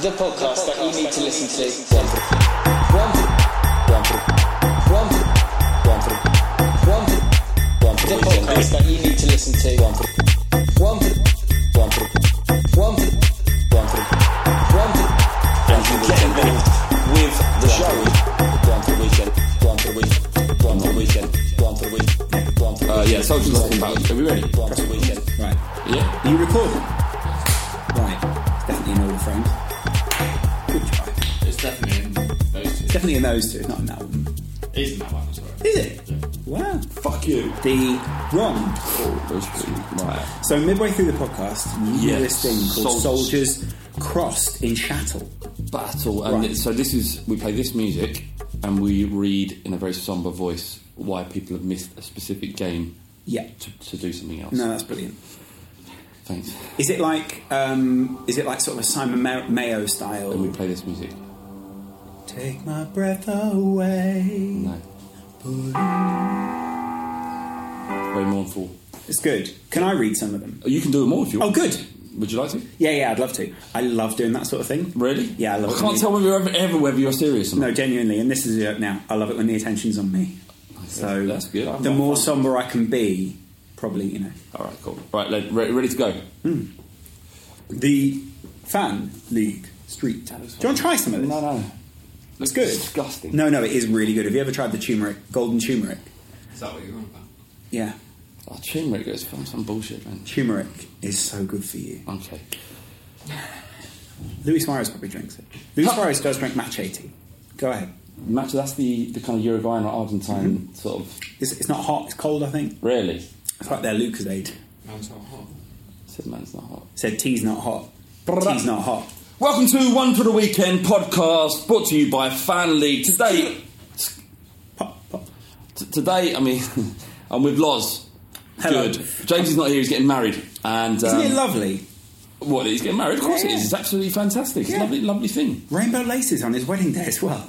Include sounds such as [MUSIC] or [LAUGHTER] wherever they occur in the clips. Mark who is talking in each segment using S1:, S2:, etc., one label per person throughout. S1: the podcast that you need to listen to. Plan for, plan for, plan for, plan for, plan for, plan for, plan for the weekend is that you need to listen to. Plan for, plan for, plan for, plan for, plan for, plan for, plan for the weekend is with the show. Plan for the weekend, plan for the weekend, plan for the weekend, plan for the weekend, plan for the
S2: Uh,
S1: weekend.
S2: yeah, so I was just talking about. Are we ready?
S1: Plan for the weekend.
S2: Right.
S1: Yeah.
S2: Are you recording? Right. It's definitely in all the frames. Good try.
S3: It's definitely in those two.
S2: It's definitely in those two, it's not in that one.
S3: It is in that one, I'm sorry.
S2: Is it? Wow.
S3: Fuck you.
S2: The wrong.
S3: Oh, Right.
S2: So midway through the podcast, you
S3: Yes.
S2: do this thing called
S3: Soldiers.
S2: Soldiers Crossed in Chattel.
S3: Battle. And
S2: Right.
S3: it- so this is, we play this music and we read in a very somber voice why people have missed a specific game
S2: Yeah.
S3: to, to do something else.
S2: No, that's brilliant.
S3: Thanks.
S2: Is it like um, is it like sort of a Simon Ma- Mayo style?
S3: And we play this music.
S2: Take my breath away.
S3: No. Very mournful.
S2: It's good. Can I read some of them?
S3: You can do them all if you
S2: Oh,
S3: want.
S2: good.
S3: Would you like to?
S2: Yeah, yeah, I'd love to. I love doing that sort of thing.
S3: Really?
S2: Yeah, I love
S3: I
S2: it.
S3: can't
S2: when
S3: tell whether you're ever, ever whether you're serious or not.
S2: No, genuinely, and this is it now. I love it when the attention's on me. So
S3: That's good. I'm
S2: the
S3: not
S2: more
S3: fun.
S2: somber I can be, probably you know.
S3: All right, cool. Right, le- re- ready to go.
S2: The fan league street. Do you want to try some of this?
S3: no.
S2: it's good.
S3: Disgusting.
S2: No, no, it is really good. Have you ever tried the turmeric, golden turmeric?
S3: Is that what you're on about?
S2: Yeah,
S3: Oh, turmeric is from some bullshit, man.
S2: turmeric is so good for you.
S3: Okay.
S2: Luis Suarez probably drinks it. Luis Suarez does drink matcha tea. Go ahead.
S3: Match, that's the, the kind of Uruguayan or Argentine sort of.
S2: It's, it's not hot. It's cold. I think
S3: Really?
S2: it's like their Lucasade.
S3: Said man's not hot.
S2: Said tea's not hot.
S3: Brrrr.
S2: Tea's not hot.
S3: Welcome to One for the Weekend podcast brought to you by Fan League. Today,
S2: Pop, pop.
S3: t- today I mean, [LAUGHS] I'm with Loz.
S2: Hello.
S3: Good. James is not here, he's getting married. And,
S2: Isn't it
S3: um,
S2: lovely?
S3: What, he's getting married? Of course it
S2: Yeah.
S3: is. It's absolutely fantastic. It's a
S2: Yeah.
S3: lovely, lovely thing.
S2: Rainbow laces on his wedding day as well.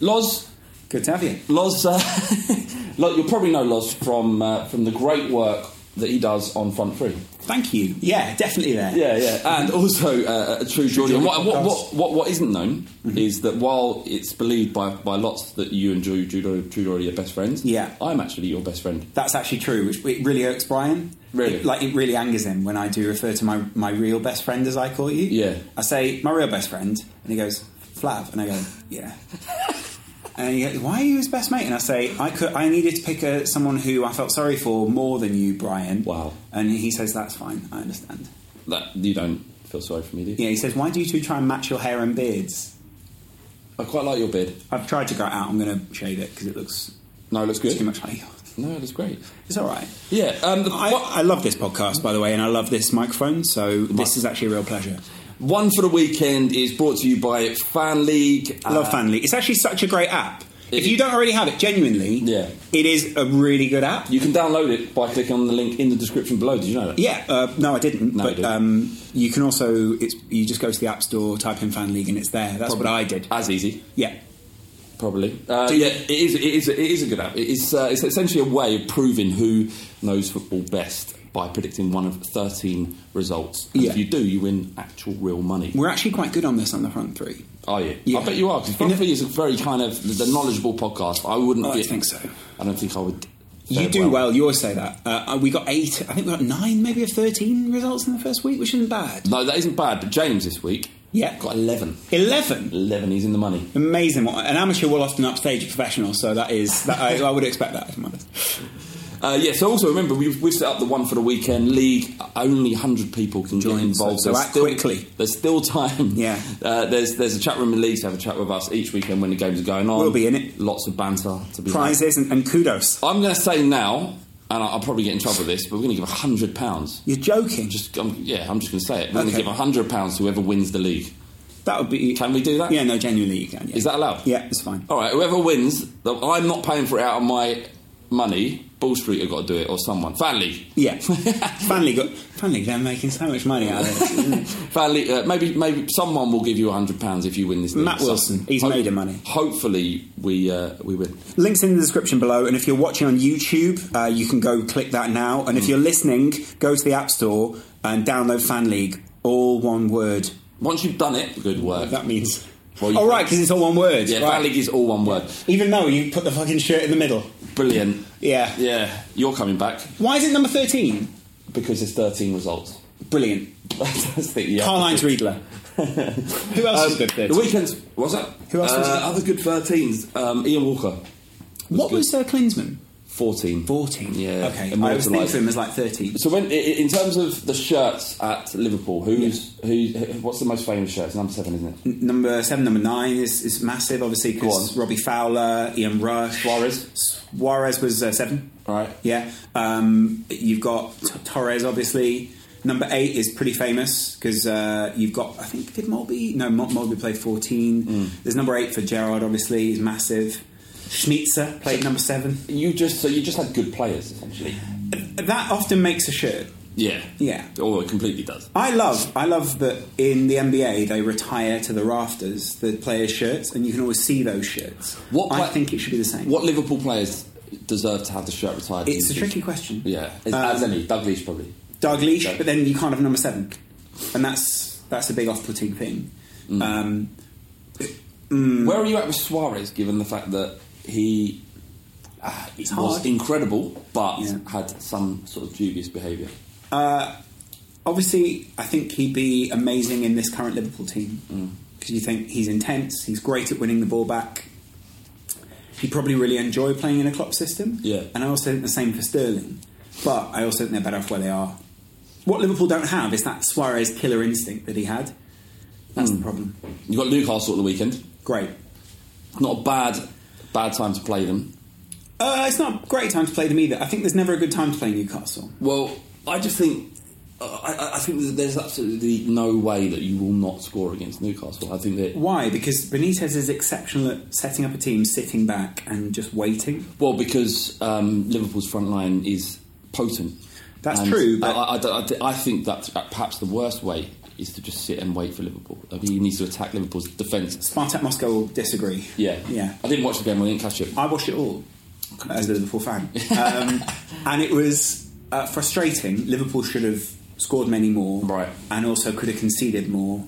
S3: Loz,
S2: Good to have you.
S3: Loz, uh, [LAUGHS] Loz you'll probably know Loz from, uh, from the great work that he does on Front Three.
S2: Thank you. Yeah, definitely there.
S3: Yeah, yeah, and also uh, a true Geordian.
S2: Geordie
S3: What, what,
S2: podcast.
S3: what, what, what isn't known is that while it's believed by, by lots that you and Drew, Drew, Drew Doherty are best friends,
S2: Yeah.
S3: I'm actually your best friend.
S2: That's actually true, which it really irks Brian.
S3: Really?
S2: It- like, it really angers him when I do refer to my, my real best friend as I call you.
S3: Yeah.
S2: I say, my real best friend, and he goes, Flav. And I go,
S3: [LAUGHS]
S2: yeah. and he goes, why are you his best mate? And I say, I could, I needed to pick a, someone who I felt sorry for more than you, Brian.
S3: Wow.
S2: And he says, that's fine, I understand.
S3: That you don't feel sorry for me, do you?
S2: Yeah, he says, why do you two try and match your hair and beards?
S3: I quite like your beard.
S2: I've tried to grow it out, I'm going to shade it because it looks
S3: No, it looks
S2: too
S3: good.
S2: much like yours.
S3: No, it looks great.
S2: It's all right.
S3: Yeah, um, the,
S2: I,
S3: what-
S2: I love this podcast, by the way, and I love this microphone. So this is actually a real pleasure.
S3: one for the weekend is brought to you by Fan League. Uh,
S2: I love Fanly. It's actually such a great app. If
S3: It-
S2: you don't already have it, genuinely,
S3: Yeah.
S2: it is a really good app.
S3: You can download it by clicking on the link in the description below. Did you know that?
S2: Yeah, uh, no, I didn't.
S3: No,
S2: but
S3: you didn't.
S2: Um, you can also it's you just go to the app store, type in Fan League, and it's there. That's what I did.
S3: As easy.
S2: yeah,
S3: Probably. Uh, yeah, it is, it, is, it is a good app. It is, uh, it's essentially a way of proving who knows football best by predicting one of 13 results. And
S2: Yeah.
S3: If you do, you win actual real money.
S2: we're actually quite good on this on the front three.
S3: Are you?
S2: Yeah.
S3: I bet you are, because
S2: In
S3: Front
S2: the-
S3: Three is a very kind of the knowledgeable podcast. I wouldn't
S2: I
S3: be-
S2: think so.
S3: I don't think I would
S2: You do well. You always say that. Uh, we got eight. I think we got nine, maybe of thirteen results in the first week, which isn't bad.
S3: No, that isn't bad. But James this week,
S2: Yeah.
S3: got eleven.
S2: Eleven.
S3: Eleven. He's in the money.
S2: Amazing. What- An amateur will often upstage a professional, so that is that I, I would expect that. If I'm honest.
S3: Uh, yeah, so also remember, we've, we've set up the one for the weekend league. Only 100 people can
S2: Join,
S3: get involved.
S2: so- so
S3: There's
S2: act quickly.
S3: There's still time.
S2: Yeah.
S3: Uh, there's, there's a chat room in the league to have a chat with us each weekend when the games are going on.
S2: We'll be in it.
S3: Lots of banter to be had.
S2: Prizes and, and kudos.
S3: I'm going to say now, and I- I'll probably get in trouble with this, but we're going to give £100. pounds.
S2: You're joking.
S3: Just, um, yeah, I'm just going to say it. We're
S2: Okay.
S3: going to give £100 pounds to whoever wins the league.
S2: that would be.
S3: Can we do that?
S2: Yeah. No. Genuinely, you can. Yeah.
S3: Is that allowed?
S2: Yeah. It's fine.
S3: All right, whoever wins, th- I'm not paying for it out of my money. Ball Street have got to do it, or someone. Fan League. [LAUGHS]
S2: Yeah. Finally got. Finally, they're making so much money out of this. isn't it?
S3: Fairly, uh, maybe maybe someone will give you hundred pounds if you win this. League.
S2: Matt Wilson, he's made of money.
S3: Hopefully, we uh, we win.
S2: Links in the description below, and if you're watching on YouTube, uh, you can go click that now.
S3: Mm.
S2: And if you're listening, go to the App Store and download Fan League, all one word.
S3: Once you've done it, good work.
S2: That means.
S3: Well, you-
S2: oh, right, because it's all one word.
S3: yeah,
S2: right.
S3: Fan League is all one word.
S2: Even though you put the fucking shirt in the middle.
S3: Brilliant.
S2: Yeah.
S3: Yeah, you're coming back
S2: Why is it number 13?
S3: because there's thirteen results. [LAUGHS]
S2: Brilliant.
S3: That's the, yeah.
S2: Carl Heinz Riedler.
S3: [LAUGHS]
S2: Who else is
S3: Um,
S2: good 13?
S3: The weekends. What's that?
S2: Who else
S3: Uh,
S2: was good?
S3: other good thirteens. Um, Ian Walker,
S2: What
S3: good.
S2: was Sir Klinsman?
S3: fourteen.
S2: 14.
S3: Yeah.
S2: Okay. I was
S3: immortalised.
S2: thinking of him as like 13.
S3: So when i- i- in terms of the shirts at Liverpool, who's who? What's the most famous shirt? It's number seven, isn't it?
S2: Mm. Number seven, number nine is, is massive, obviously, because
S3: Go on.
S2: Robbie Fowler, Ian Rush,
S3: Suarez.
S2: Suarez was uh, seven.
S3: All right.
S2: Yeah. Um, you've got T- Torres, obviously. Number eight is pretty famous because uh, you've got, I think, did Mulby? No, Mul- Mulby played 14.
S3: Mm.
S2: There's number eight for Gerard, obviously, he's massive. Schmitzer played number seven.
S3: You just so you just had good players essentially.
S2: That often makes a shirt.
S3: Yeah.
S2: Yeah.
S3: Oh, it completely does.
S2: I love, I love that in the NBA they retire to the rafters the players' shirts, and you can always see those shirts. I
S3: pla-
S2: think it should be the same.
S3: What Liverpool players deserve to have the shirt retired?
S2: It's a
S3: in-
S2: tricky question.
S3: Yeah, as,
S2: Um,
S3: as any. Doug Leash probably.
S2: Doug Leash,
S3: Doug.
S2: but then you can't have number seven, and that's that's a big off-putting thing.
S3: Mm.
S2: Um, Mm.
S3: Where are you at with Suarez, given the fact that he ah, it was
S2: hard.
S3: incredible, but
S2: Yeah.
S3: had some sort of dubious behaviour?
S2: obviously, I think he'd be amazing in this current Liverpool
S3: Mm.
S2: team because you think he's intense, he's great at winning the ball back. He'd probably really enjoy playing in a Klopp system.
S3: Yeah.
S2: and I also think the same for Sterling, but I also think they're better off where they are. What Liverpool don't have is that Suarez killer instinct that he had. That's
S3: Mm.
S2: the problem.
S3: You got Newcastle at the weekend.
S2: Great.
S3: Not a bad bad time to play them.
S2: Uh, it's not a great time to play them either. I think there's never a good time to play Newcastle.
S3: Well, I just think. uh, I- I, I think that there's absolutely no way that you will not score against Newcastle. I think that
S2: Why? Because Benitez is exceptional at setting up a team, sitting back, and just waiting.
S3: Well, because um, Liverpool's front line is potent.
S2: That's true,
S3: I,
S2: but-
S3: I- I don't- I th- I think that's perhaps the worst way is to just sit and wait for Liverpool. I mean, he needs to attack Liverpool's defence.
S2: Spartak Moscow will disagree.
S3: Yeah,
S2: yeah.
S3: I didn't watch the game. I didn't catch it.
S2: I watched it all as a Liverpool fan, [LAUGHS] um, and it was uh, frustrating. Liverpool should have scored many more,
S3: Right.
S2: And also could have conceded more.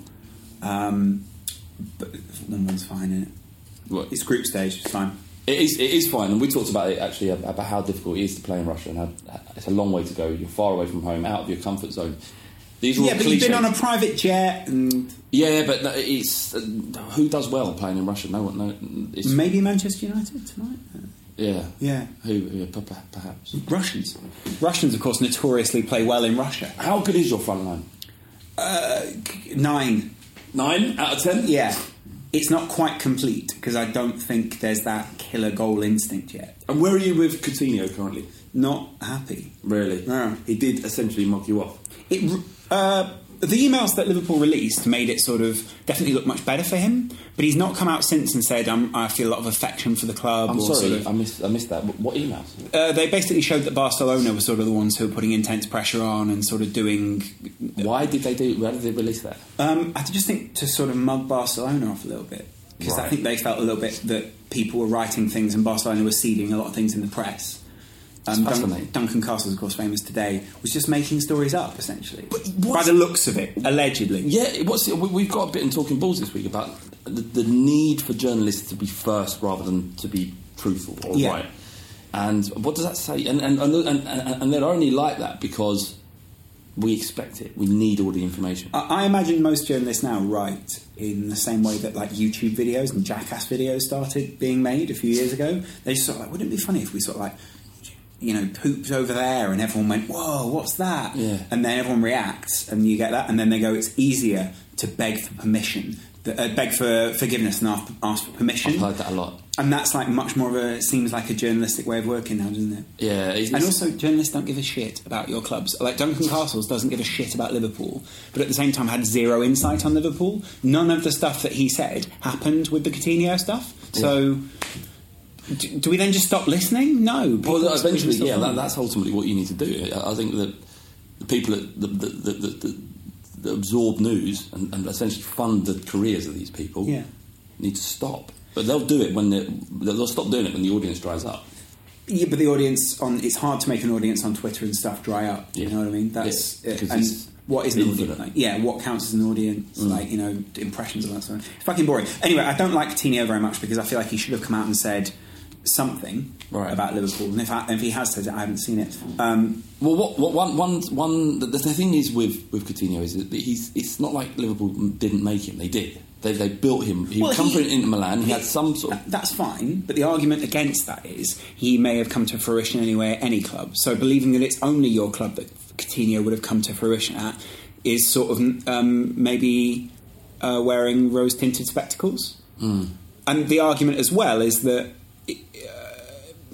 S2: Um, but one one's fine, is
S3: Well,
S2: It's group stage, it's fine.
S3: It is, it is fine, and we talked about it actually about how difficult it is to play in Russia, and how it's a long way to go. You're far away from home, out of your comfort zone. These are all
S2: Yeah, but you've been
S3: cliches.
S2: on a private jet, and
S3: yeah, but no, it's uh, who does well playing in Russia? No one, no, it's,
S2: maybe Manchester United tonight. Uh,
S3: yeah,
S2: Yeah.
S3: who, who perhaps- perhaps.
S2: Russians, Russians, of course, notoriously play well in Russia.
S3: How good is your front line?
S2: Nine.
S3: Nine out of ten.
S2: Yeah. It's not quite complete because I don't think there's that killer goal instinct yet.
S3: And where are you with Coutinho currently?
S2: Not happy.
S3: Really?
S2: No.
S3: He did essentially mug you off.
S2: It, uh, the emails that Liverpool released made it sort of definitely look much better for him, but he's not come out since and said, i I feel a lot of affection for the club.
S3: I'm
S2: or
S3: sorry,
S2: sort of-
S3: I missed. I missed that. What, what emails?
S2: uh, they basically showed that Barcelona were sort of the ones who were putting intense pressure on and sort of doing.
S3: Why did they do? Why did they release that?
S2: Um, I just think to sort of mug Barcelona off a little bit. Because I
S3: Right.
S2: think they felt a little bit that people were writing things and Barcelona were seeding a lot of things in the press. Um, Dun-
S3: fascinating.
S2: Duncan Castles, of course, famous today, was just making stories up, essentially. By the looks of it, allegedly.
S3: Yeah, what's it, we, we've got a bit in talking balls this week about the, the need for journalists to be first rather than to be truthful or
S2: Yeah.
S3: right. And what does that say? And, and, and, and, and they're only like that because we expect it. We need all the information.
S2: I, I imagine most journalists now write in the same way that like YouTube videos and jackass videos started being made a few years ago. They just sort of like, wouldn't it be funny if we sort of like, you know, pooped over there and everyone went, whoa, what's that?
S3: Yeah.
S2: And then everyone reacts and you get that. And then they go, it's easier to beg for permission. th- Uh, beg for forgiveness and ask, ask for permission.
S3: I've heard that a lot.
S2: And that's like much more of a seems like a journalistic way of working now, doesn't it?
S3: Yeah, it's-
S2: And also, journalists don't give a shit about your clubs. Like Duncan Castles doesn't give a shit about Liverpool, but at the same time had zero insight on Liverpool. None of the stuff that he said happened with the Coutinho stuff. So, do, do we then just stop listening? No. People
S3: Well,
S2: just push
S3: eventually,
S2: themselves
S3: yeah, that,
S2: on.
S3: that's ultimately what you need to do. I, I think that the people that, that, that, that, that, that, that absorb news and, and essentially fund the careers of these people
S2: Yeah.
S3: need to stop. But they'll do it when they're- they'll stop doing it when the audience dries up.
S2: Yeah, but the audience on it's hard to make an audience on Twitter and stuff dry up. You
S3: Yeah.
S2: know what I mean? That's
S3: Yeah,
S2: it.
S3: because
S2: and
S3: it's
S2: what is an audience?
S3: infinite.
S2: Like, yeah, what counts as an audience?
S3: Mm.
S2: Like you know, impressions and that sort of. It's fucking boring. Anyway, I don't like Coutinho very much because I feel like he should have come out and said something
S3: Right.
S2: about Liverpool. And if I, if he has said it, I haven't seen it. Um,
S3: Well, what, what one one one the, the thing is with with Coutinho is that he's it's not like Liverpool didn't make him; they did. They, they built him. He
S2: Well,
S3: come
S2: he-
S3: from Inter Milan. He, had some sort
S2: [LAUGHS]
S3: of
S2: That's fine, but the argument against that is he may have come to fruition anyway at any club. So believing that it's only your club that Coutinho would have come to fruition at is sort of um, maybe uh, wearing rose tinted spectacles.
S3: Hmm.
S2: And the argument as well is that. Uh,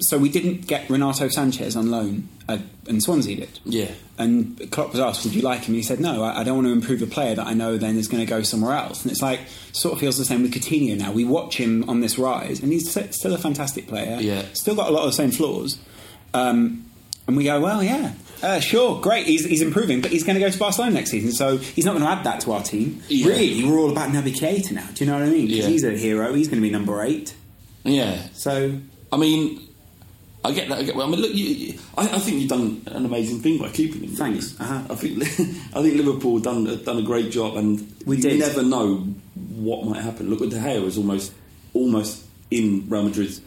S2: so we didn't get Renato Sanchez on loan, uh, and Swansea did.
S3: Yeah.
S2: And Klopp was asked, "Would you like him?" And he said, "No, I, I don't want to improve a player that I know then is going to go somewhere else." And it's like sort of feels the same with Coutinho now. We watch him on this rise, and he's s- still a fantastic player.
S3: Yeah.
S2: Still got a lot of the same flaws. Um, and we go, well, yeah, uh, sure, great. He's, he's improving, but he's going to go to Barcelona next season, so he's not going to add that to our team.
S3: Yeah.
S2: Really, we're all about Naby Keita now. Do you know what I mean? 'Cause
S3: Yeah.
S2: He's a hero. He's going to be number eight.
S3: yeah.
S2: So
S3: I mean, I get that. I, get, well, I mean, look, you, you, I, I think you've done an amazing thing by keeping him.
S2: Thanks. Uh-huh.
S3: I think [LAUGHS] I think Liverpool done done a great job, and
S2: We
S3: you
S2: did.
S3: never know what might happen. Look, De Gea is almost almost in Real Madrid's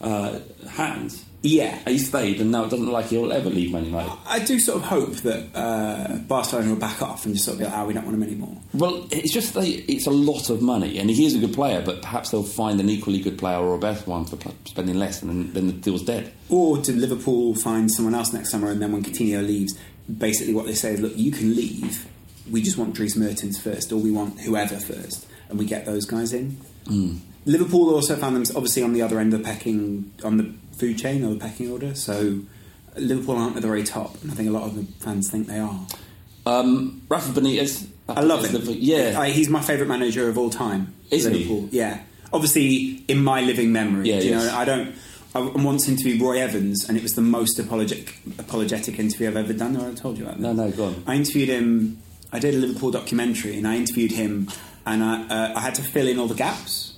S3: uh, hands.
S2: yeah,
S3: He stayed, and now it doesn't look like he'll ever leave Man United.
S2: I do sort of hope that uh, Barcelona will back off and just sort of be like, oh, we don't want him anymore.
S3: Well, it's just they, it's a lot of money, and he is a good player, but perhaps they'll find an equally good player or a better one for pl- spending less, and then, then the deal's dead.
S2: Or did Liverpool find someone else next summer and then when Coutinho leaves, basically what they say is, look, you can leave. We just want Dries Mertens first, or we want whoever first, and we get those guys in. Liverpool also found them obviously on the other end of the pecking on the food chain or the pecking order. So Liverpool aren't at the very top, and I think a lot of the fans think they are.
S3: Um, Rafa Benitez,
S2: I love
S3: That's
S2: him.
S3: the- yeah,
S2: I, he's my favourite manager of all time.
S3: Is he?
S2: Liverpool. Yeah, obviously in my living memory.
S3: Yeah,
S2: do you
S3: yes.
S2: know, I don't. I want him to be Roy Evans, and it was the most apologetic, apologetic interview I've ever done. No, I told you about that.
S3: No, no, go on.
S2: I interviewed him. I did a Liverpool documentary, and I interviewed him, and I, uh, I had to fill in all the gaps.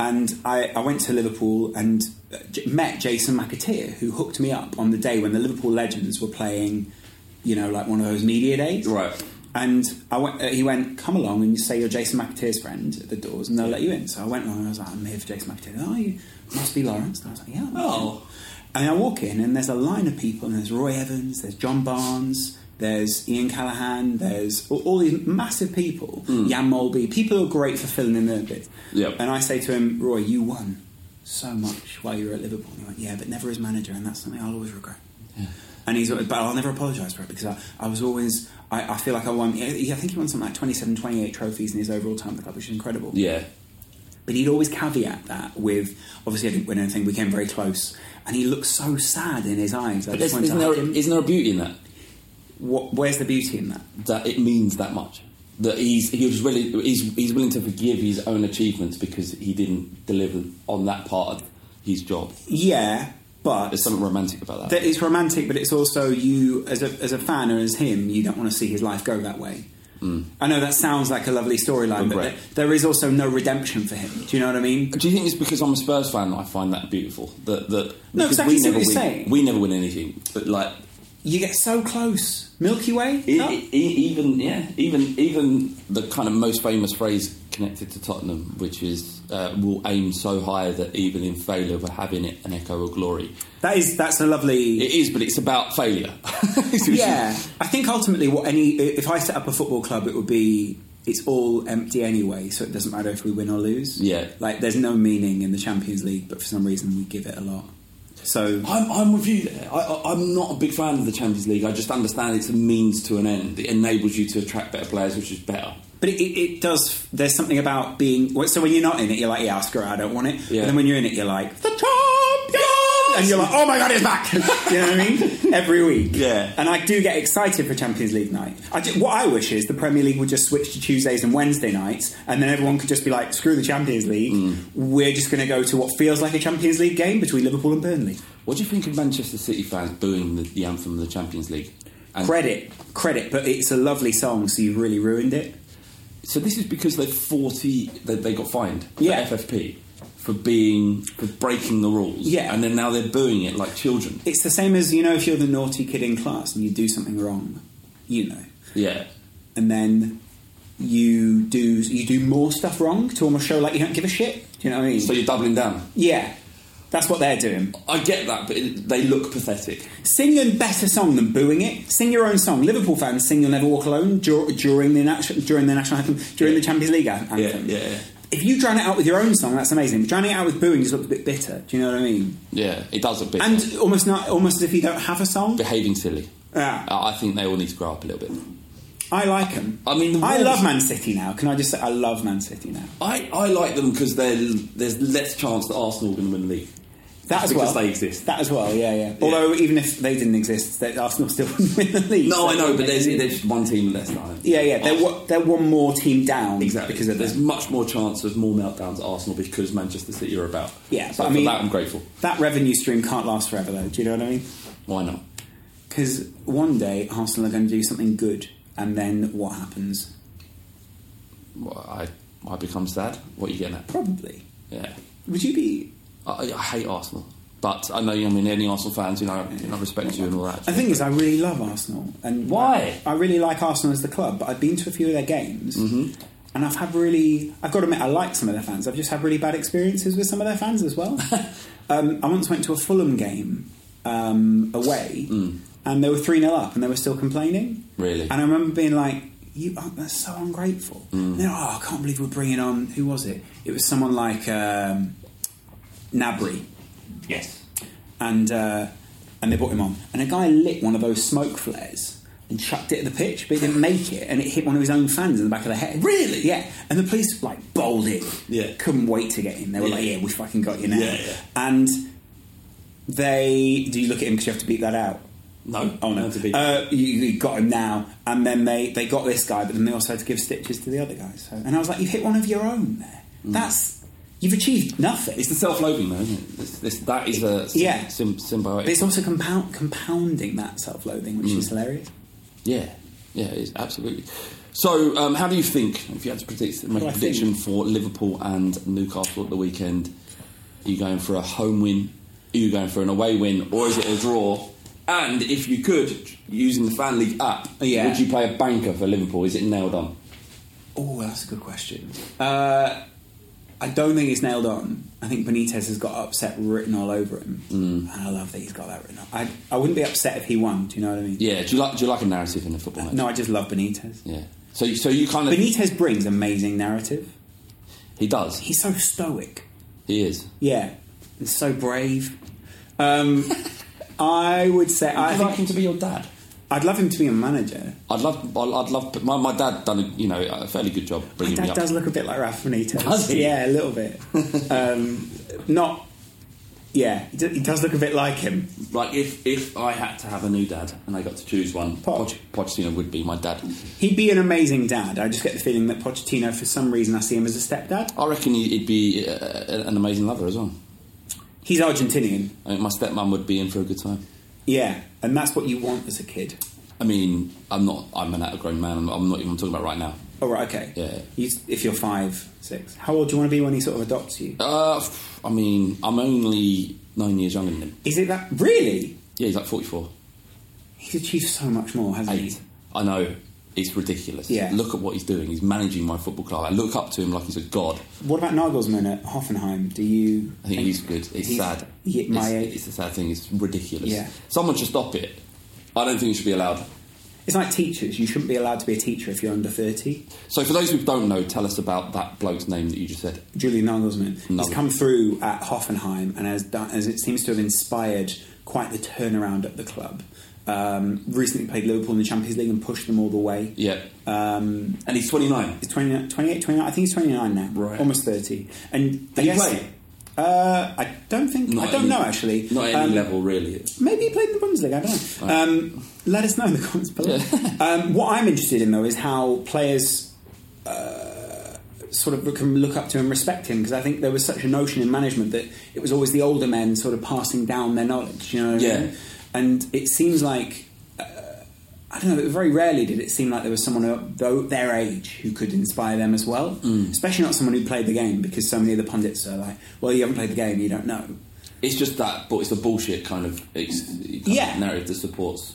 S2: And I, I went to Liverpool and uh, j- met Jason McAteer, who hooked me up on the day when the Liverpool Legends were playing, you know, like one of those media days.
S3: Right.
S2: And I went, uh, he went, come along and you say you're Jason McAteer's friend at the doors and they'll let you in. So I went along and I was like, I'm here for Jason McAteer. Oh, you must be Lawrence. And I was like, yeah. I'm
S3: Oh.
S2: here." And I walk in and there's a line of people and there's Roy Evans, there's John Barnes, there's Ian Callahan, there's all, all these massive people, Jan Molby, people who are great for filling in the bits.
S3: Hmm. Yep.
S2: And I say to him, Roy, you won so much while you were at Liverpool. And he went, yeah, but never as manager and that's something I'll always regret. And he's, but I'll never apologise for it because I, I was always, I, I feel like I won, I think he won something like 27, 28 trophies in his overall time at the club, which is incredible.
S3: yeah.
S2: But he'd always caveat that with, obviously I didn't win anything, we came very close. And he looked so sad in his eyes. I
S3: But isn't
S2: just wanted to
S3: there,
S2: hug him.
S3: isn't there a beauty in that?
S2: What, where's the beauty in that?
S3: That it means that much. That he's he was really he's, he's willing to forgive his own achievements because he didn't deliver on that part of his job.
S2: Yeah, but
S3: There's something romantic about
S2: that
S3: that.
S2: it's romantic, but it's also you as a as a fan or as him, you don't want to see his life go that way. I know that sounds like a lovely storyline,
S3: Mm.
S2: but
S3: Right.
S2: there, there is also no redemption for him. Do you know what I mean?
S3: Do you think it's because I'm a Spurs fan that I find that beautiful? That that
S2: No,
S3: because we
S2: exactly what
S3: never
S2: you're
S3: win,
S2: saying.
S3: we never win anything, but like
S2: You get so close, Milky Way.
S3: E-
S2: Cup?
S3: e- e- even yeah, even even the kind of most famous phrase connected to Tottenham, which is uh, will aim so high that even in failure, we're having it an echo of glory.
S2: That is that's a lovely.
S3: It is, but it's about failure. [LAUGHS]
S2: yeah, I think ultimately, what any if I set up a football club, it would be it's all empty anyway, so it doesn't matter if we win or lose.
S3: Yeah.
S2: like there's no meaning in the Champions League, but for some reason we give it a lot. So
S3: I'm, I'm with you there. I, I, I'm not a big fan of the Champions League. I just understand it's a means to an end. It enables you to attract better players, which is better.
S2: But it, it, it does. There's something about being. well, So when you're not in it, you're like, yeah, screw it, I don't want it.
S3: Yeah.
S2: And then when you're in it, you're like, the champions, and you're like, oh my god, it's back. you know what I mean? [LAUGHS] Every week.
S3: Yeah.
S2: And I do get excited for Champions League night. I do, what I wish is the Premier League would just switch to Tuesdays and Wednesday nights, and then everyone could just be like, screw the Champions League.
S3: Mm.
S2: We're just going to go to what feels like a Champions League game between Liverpool and Burnley.
S3: [LAUGHS] What do you think of Manchester City fans booing the, the anthem of the Champions League? And-
S2: Credit, credit, but it's a lovely song, so you've really ruined it.
S3: So this is because they're forty. They, they got fined. for
S2: Yeah.
S3: FFP for being for breaking the rules.
S2: Yeah.
S3: and then now they're booing it like children.
S2: It's the same as you know if you're the naughty kid in class and you do something wrong, you know,
S3: Yeah,
S2: and then you do you do more stuff wrong to almost show like you don't give a shit. Do you know what I mean?
S3: so you're doubling down.
S2: yeah, that's what they're doing.
S3: I get that, but it, they look pathetic.
S2: Sing a better song than booing it. Sing your own song. Liverpool fans sing "You'll Never Walk Alone" dur- during the nat- during the national anthem during
S3: Yeah.
S2: the Champions League an-
S3: Yeah,
S2: anthem.
S3: yeah, yeah.
S2: If you drown it out with your own song, that's amazing. But drowning it out with booing just looks a bit bitter. Do you know what I mean?
S3: Yeah, it does a bit.
S2: And almost not almost as if you don't have a song.
S3: behaving silly.
S2: Yeah.
S3: I I think they all need to grow up a little bit.
S2: I like them.
S3: I mean, the
S2: I
S3: Wolves-
S2: love Man City now. Can I just say I love Man City now?
S3: I, I like them because there's less chance that Arsenal are going to win the league.
S2: That as
S3: because
S2: well.
S3: they exist.
S2: That as well. Yeah, yeah. Although even if they didn't exist, they, Arsenal still [LAUGHS] wouldn't win the league.
S3: No,
S2: So-
S3: I know, but there's, there's one team less. Now.
S2: yeah, yeah. They're, wa- they're one more team down
S3: Exactly.
S2: because of
S3: there's
S2: them.
S3: much more chance of more meltdowns at Arsenal because Manchester City are about.
S2: Yeah,
S3: so
S2: but I
S3: for
S2: mean-
S3: that I'm grateful.
S2: That revenue stream can't last forever, though. Do you know what I mean?
S3: Why not?
S2: Because one day Arsenal are going to do something good, and then what happens?
S3: Well, I I become sad. What are you getting at?
S2: Probably.
S3: Yeah,
S2: Would you be?
S3: I, I hate Arsenal, but I know. I mean, any Arsenal fans, you know, I- I respect you and all that.
S2: The thing is, I really love Arsenal, and
S3: Why?
S2: I, I really like Arsenal as the club. But I've been to a few of their games,
S3: Mm-hmm.
S2: and I've had really. I've got to admit, I like some of their fans. I've just had really bad experiences with some of their fans
S3: [LAUGHS]
S2: as well. um, I once went to a Fulham game um, away, and they were three 0 up, and they were still complaining.
S3: Mm. Really? Mm.
S2: And I remember being like, "You, are that's so ungrateful." And they're, oh, I can't believe we're bringing on. Who was it? It was someone like um, Nabry
S3: Yes.
S2: and uh, and they brought him on. And a guy lit one of those smoke flares and chucked it at the pitch, but he didn't make it, and it hit one of his own fans in the back of the head.
S3: Really?
S2: Yeah. And the police like bowled in.
S3: Yeah.
S2: Couldn't wait to get him. They were
S3: Yeah.
S2: like, "Yeah, we fucking got you now."
S3: Yeah, yeah.
S2: And they do you look at him because you have to beat that out.
S3: No.
S2: Oh no!
S3: Not to be-
S2: Uh, you, you got him now, and then they, they got this guy, but then they also had to give stitches to the other guy. So, and I was like, "You've hit one of your own there.
S3: Mm.
S2: That's you've achieved nothing."
S3: It's the self-loathing, though, isn't it? This, this, that is a sym-
S2: Yeah.
S3: sym- symbiotic.
S2: But it's also compound, compounding that self-loathing, which
S3: Mm.
S2: is hilarious.
S3: yeah, yeah, it is, absolutely. So, um, how do you think, if you had to predict, make
S2: do
S3: a
S2: I
S3: prediction for Liverpool and Newcastle at the weekend, are you going for a home win? Are you going for an away win? Or is it a draw? And if you could, using the Fan League app,
S2: Yeah.
S3: would you play a banker for Liverpool? Is it nailed on?
S2: Oh, that's a good question. Uh, I don't think it's nailed on. I think Benitez has got upset written all over him, and I love that he's got that written. On. I I wouldn't be upset if he won. Do you know what I mean?
S3: Yeah, do you like, do you like a narrative in a football match?
S2: No, I just love Benitez.
S3: Yeah. So, you- so you kind of.
S2: Benitez brings amazing narrative.
S3: he does.
S2: He's so stoic.
S3: He is.
S2: Yeah, he's so brave. Um, I would say I
S3: I'd like him
S2: think,
S3: to be your dad.
S2: I'd love him to be a manager.
S3: I'd love, I'd I'd love. My, my dad done, a, you know, a fairly good job bringing me
S2: Dad
S3: up.
S2: does look a bit like Rafa Benitez.
S3: Mm, Does he?
S2: Yeah, a little bit. um, not. Yeah, he d- he does look a bit like him.
S3: Like if if I had to have a new dad and I got to choose one,
S2: Poch.
S3: Poch. Pochettino would be my dad.
S2: He'd be an amazing dad. I just get the feeling that Pochettino, for some reason, I see him as a stepdad.
S3: I reckon he- he'd be uh, an amazing lover as well.
S2: He's Argentinian.
S3: I mean, my stepmom would be in for a good time.
S2: Yeah, and that's what you want as a kid.
S3: I mean, I'm not. I'm an outgrown man. I'm, I'm not even talking about right now.
S2: All right, okay.
S3: Yeah.
S2: You, if you're five, six, how old do you want to be when he sort of adopts you?
S3: Uh, f- I mean, I'm only nine years younger than him.
S2: Is it that really?
S3: Yeah, he's like 44,
S2: He's achieved so much more, hasn't
S3: eight.
S2: he?
S3: I know. It's ridiculous.
S2: Yeah.
S3: Look at what he's doing. He's managing my football club. I look up to him like he's a god.
S2: What about Nagelsmann at Hoffenheim? Do you?
S3: I think he's good. It's
S2: he's-
S3: sad.
S2: he- my-
S3: it's, it's a sad thing. It's ridiculous.
S2: Yeah.
S3: Someone should stop it. I don't think it should be allowed.
S2: It's like teachers. You shouldn't be allowed to be a teacher if you're under thirty.
S3: So, for those who don't know, tell us about that bloke's name that you just said.
S2: Julian Nagelsmann. He's
S3: Nagelsmann.
S2: come through at Hoffenheim and has done, as it seems to have inspired quite the turnaround at the club. Um, recently played Liverpool in the Champions League and pushed them all the way.
S3: Yeah. Um, and he's 29.
S2: He's 29, 28, 29, I think he's 29 now.
S3: Right.
S2: Almost 30. And I
S3: he
S2: guess-
S3: play?
S2: Uh, I don't think.
S3: Not
S2: I don't
S3: any-
S2: know actually.
S3: Not at any
S2: Um,
S3: level, really.
S2: Maybe he played in the Bundesliga. I don't know.
S3: Right.
S2: Um, let us know in the comments below. [LAUGHS] um, what I'm interested in though is how players uh, sort of can look up to and respect him because I think there was such a notion in management that it was always the older men sort of passing down their knowledge. You know what I
S3: Yeah.
S2: mean? And it seems like. Uh, I don't know. Very rarely did it seem like there was someone of tho- their age who could inspire them as well.
S3: Mm.
S2: Especially not someone who played the game, because so many of the pundits are like, "Well, you haven't played the game, you don't know."
S3: It's just that, but it's the bullshit kind of, ex- kind of
S2: Yeah.
S3: narrative that supports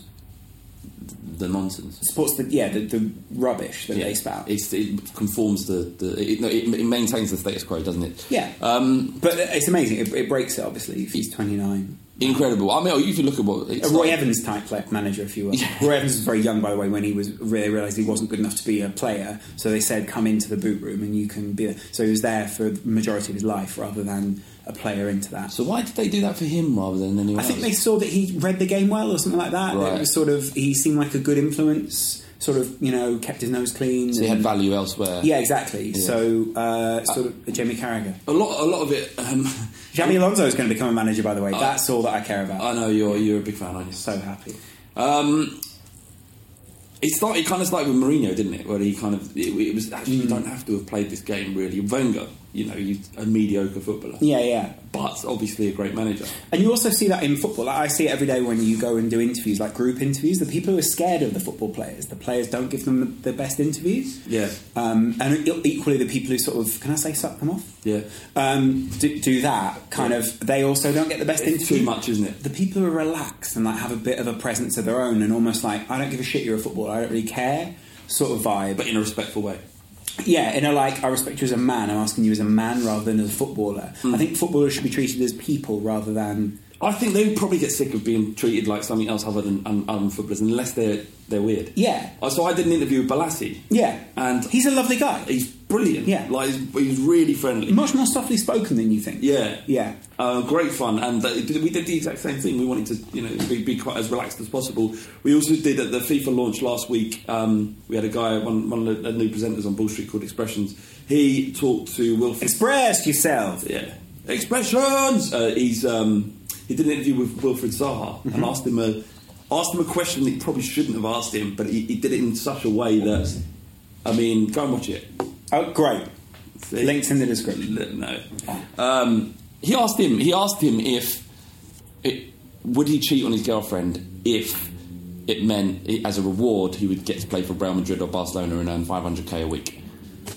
S3: the nonsense.
S2: supports the yeah the, the rubbish that
S3: Yeah.
S2: they spout.
S3: It's, it conforms the, the it, no, it, it maintains the status quo, doesn't it?
S2: yeah,
S3: Um,
S2: but it's amazing. It, it breaks it obviously. If he's twenty nine,
S3: incredible. I mean, if you look at what
S2: a
S3: it's
S2: Roy
S3: like-
S2: Evans type like manager, if
S3: [LAUGHS]
S2: you will. Roy Evans was very young, by the way, when he was they realised he wasn't good enough to be a player. So they said, "Come into the boot room and you can be." A, so he was there for the majority of his life, rather than a player into that.
S3: So why did they do that for him rather than anyone
S2: I think
S3: else?
S2: they saw that he read the game well, or something like that. It
S3: Right.
S2: was sort of he seemed like a good influence. Sort of, you know, kept his nose clean.
S3: So he had
S2: and-
S3: value elsewhere.
S2: Yeah, exactly.
S3: Yeah.
S2: So, uh, sort of Jamie Carragher.
S3: a lot, a lot of it. Um, [LAUGHS]
S2: Xabi Alonso is going to become a manager, by the way. That's all that I care about.
S3: Oh, I
S2: I'm
S3: know you're you're a big fan, aren't you?
S2: so happy.
S3: Um, it started. It kind of started with Mourinho, didn't it? Where he kind of it, it was actually
S2: Hmm.
S3: you don't have to have played this game really. Wenger, you know, he's a mediocre footballer.
S2: Yeah, yeah.
S3: but obviously a great manager.
S2: And you also see that in football. Like, I see it every day when you go and do interviews, like group interviews. The people who are scared of the football players, the players don't give them the, the best interviews.
S3: Yeah.
S2: Um, and e- equally, the people who sort of, can I say, suck them off?
S3: Yeah,
S2: Um, do, do that kind of. They also don't get the best
S3: it's
S2: interview.
S3: too much, isn't it?
S2: The people who are relaxed and like have a bit of a presence of their own, and almost like I don't give a shit. You're a footballer. I don't really care. Sort of vibe.
S3: But in a respectful way.
S2: Yeah, in a like, I respect you as a man. I'm asking you as a man rather than as a footballer.
S3: Hmm.
S2: I think footballers should be treated as people rather than.
S3: I think they would probably get sick of being treated like something else other than um, um, footballers, unless they're they're weird.
S2: Yeah.
S3: Uh, So I did an interview with Balassi.
S2: Yeah,
S3: And-
S2: he's a lovely guy.
S3: He's brilliant.
S2: Yeah.
S3: like he's, he's really friendly.
S2: much more softly spoken than you think.
S3: Yeah.
S2: yeah.
S3: Uh, great fun, and uh, we did the exact same thing. We wanted to, you know, be, be quite as relaxed as possible. We also did at the FIFA launch last week. Um, we had a guy, one, one of the new presenters on Bull Street called Expressions. He talked to Wilfred.
S2: Express yourself.
S3: yeah, Expressions. Uh, he's um, he did an interview with Wilfred Zaha
S2: Mm-hmm.
S3: and asked him a asked him a question that he probably shouldn't have asked him, but he, he did it in such a way that, I mean, go and watch it.
S2: Oh, great.
S3: See?
S2: Links in the description.
S3: L- No. Um, he asked him. He asked him if it, would he cheat on his girlfriend if it meant i- as a reward he would get to play for Real Madrid or Barcelona and earn 500k a week.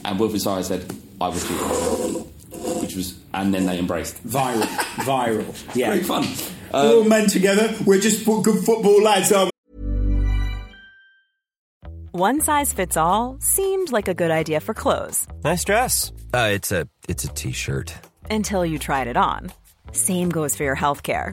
S3: And Wilfred Zaha said, "I would cheat," on her," which was, and then they embraced.
S2: Viral, viral. Yeah,
S3: Great fun. Uh,
S2: We're all men together. We're just fo- good football lads, aren't we?
S4: One size fits all seemed like a good idea for clothes
S5: Nice dress. Uh, it's a it's a t-shirt.
S4: until you tried it on. Same goes for your healthcare.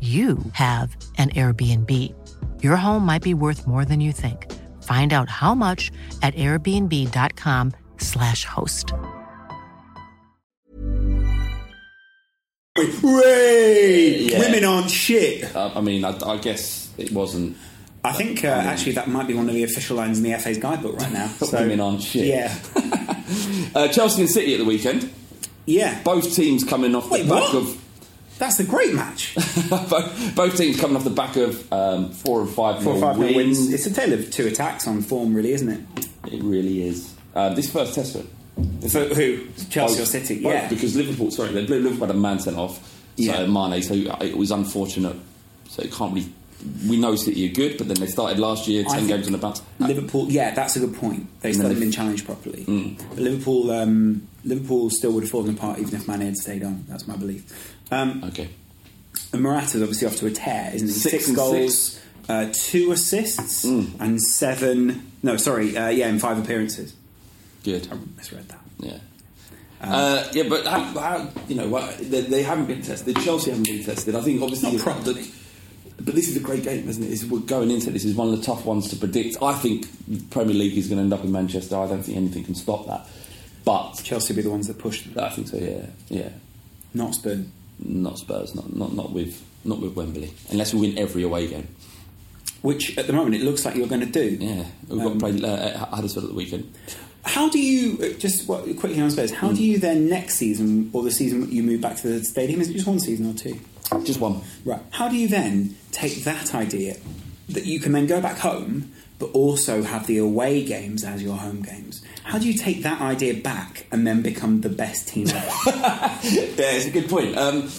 S6: you have an Airbnb. Your home might be worth more than you think. Find out how much at airbnb.com/slash host.
S2: Hooray!
S3: Yeah.
S2: Women aren't shit.
S3: Uh, I mean, I, I guess it wasn't.
S2: I think uh, actually that might be one of the official lines in the FA's guidebook right now. So,
S3: [LAUGHS] Women aren't shit.
S2: Yeah,
S3: Uh, Chelsea and City at the weekend.
S2: yeah.
S3: Both teams coming off
S2: Wait,
S3: the back
S2: what?
S3: of [LAUGHS]
S2: That's a great match.
S3: both, both teams coming off the back of um, four or five
S2: Four or
S3: nil
S2: five nil
S3: wins.
S2: wins. It's a tale of two attacks on form, really, isn't it?
S3: It really is. Uh, this first test win.
S2: For who? Chelsea or
S3: Both-
S2: City?
S3: both,
S2: Yeah.
S3: Because Liverpool, sorry, they blew Liverpool had a man sent off. So
S2: Yeah.
S3: Mane, so uh, it was unfortunate. So it can't really. We know City are good, but then they started last year,
S2: I
S3: ten
S2: think
S3: games on the bounce.
S2: Liverpool, yeah, that's a good point. They still
S3: then
S2: haven't
S3: they-
S2: been challenged properly.
S3: Mm.
S2: But Liverpool, um, Liverpool still would have fallen apart even if Mane had stayed on. That's my belief. Um,
S3: Okay.
S2: and Morata's obviously off to a tear, isn't he?
S3: Six and
S2: goals,
S3: six. Mm.
S2: Uh, two assists, and seven. No, sorry, uh, yeah, in five appearances.
S3: Good.
S2: I misread that.
S3: Yeah.
S2: Um,
S3: Uh, yeah, but how, how, you know what, they, they haven't been tested. Chelsea haven't been tested. I think obviously,
S2: Not properly.
S3: but this is a great game, isn't it? This, is- we're going into it. this is one of the tough ones to predict. I think the Premier League is going to end up in Manchester. I don't think anything can stop that. But
S2: Chelsea be the ones that pushed them,
S3: I think so. Yeah, yeah.
S2: not Spurs.
S3: Not Spurs. Not not not with not with Wembley. Unless we win every away game.
S2: Which at the moment it looks like you're going to do.
S3: Yeah, we've
S2: Um,
S3: got to play uh, at Huddersfield at the weekend.
S2: How do you uh, just well, quickly on Spurs? How do you then next season or the season you move back to the stadium? Is it just one season or two?
S3: Just one.
S2: Right. How do you then take that idea that you can then go back home, but also have the away games as your home games? How do you take that idea back and then become the best
S3: [LAUGHS]
S2: team ever?
S3: Yeah, it's a good point. Um,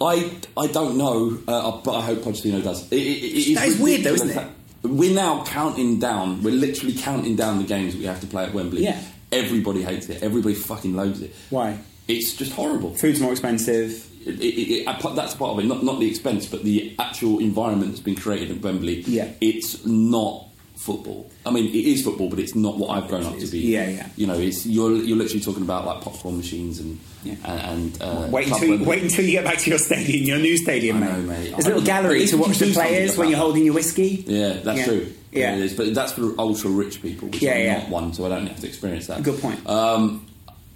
S3: I I don't know, uh, but I hope Pochettino does. It, it, it
S2: That is weird though, isn't
S3: ridiculous that- We're now counting down. We're literally counting down the games we have to play at Wembley.
S2: Yeah.
S3: Everybody hates it. Everybody fucking loves it.
S2: Why?
S3: It's just horrible.
S2: Food's more expensive.
S3: It, it, it, I put- that's part of it. Not not the expense, but the actual environment that's been created at Wembley.
S2: Yeah.
S3: It's not football. I mean, it is football, but it's not what I've grown up to be.
S2: Yeah, yeah.
S3: You know, it's you're you're literally talking about like popcorn machines and
S2: Yeah.
S3: and, and uh,
S2: Wait
S3: Club
S2: until, you,
S3: Wembley.
S2: wait until you get back to your stadium, your new stadium,
S3: I know, mate.
S2: There's a little
S3: I-
S2: gallery to
S3: you
S2: watch
S3: can
S2: the
S3: do something
S2: players when
S3: about
S2: you're
S3: that.
S2: holding your whiskey.
S3: Yeah, that's
S2: Yeah.
S3: true.
S2: Yeah.
S3: It is, but that's for ultra rich people, which
S2: Yeah,
S3: I'm
S2: yeah.
S3: not one, so I don't have to experience that.
S2: Good point.
S3: Um,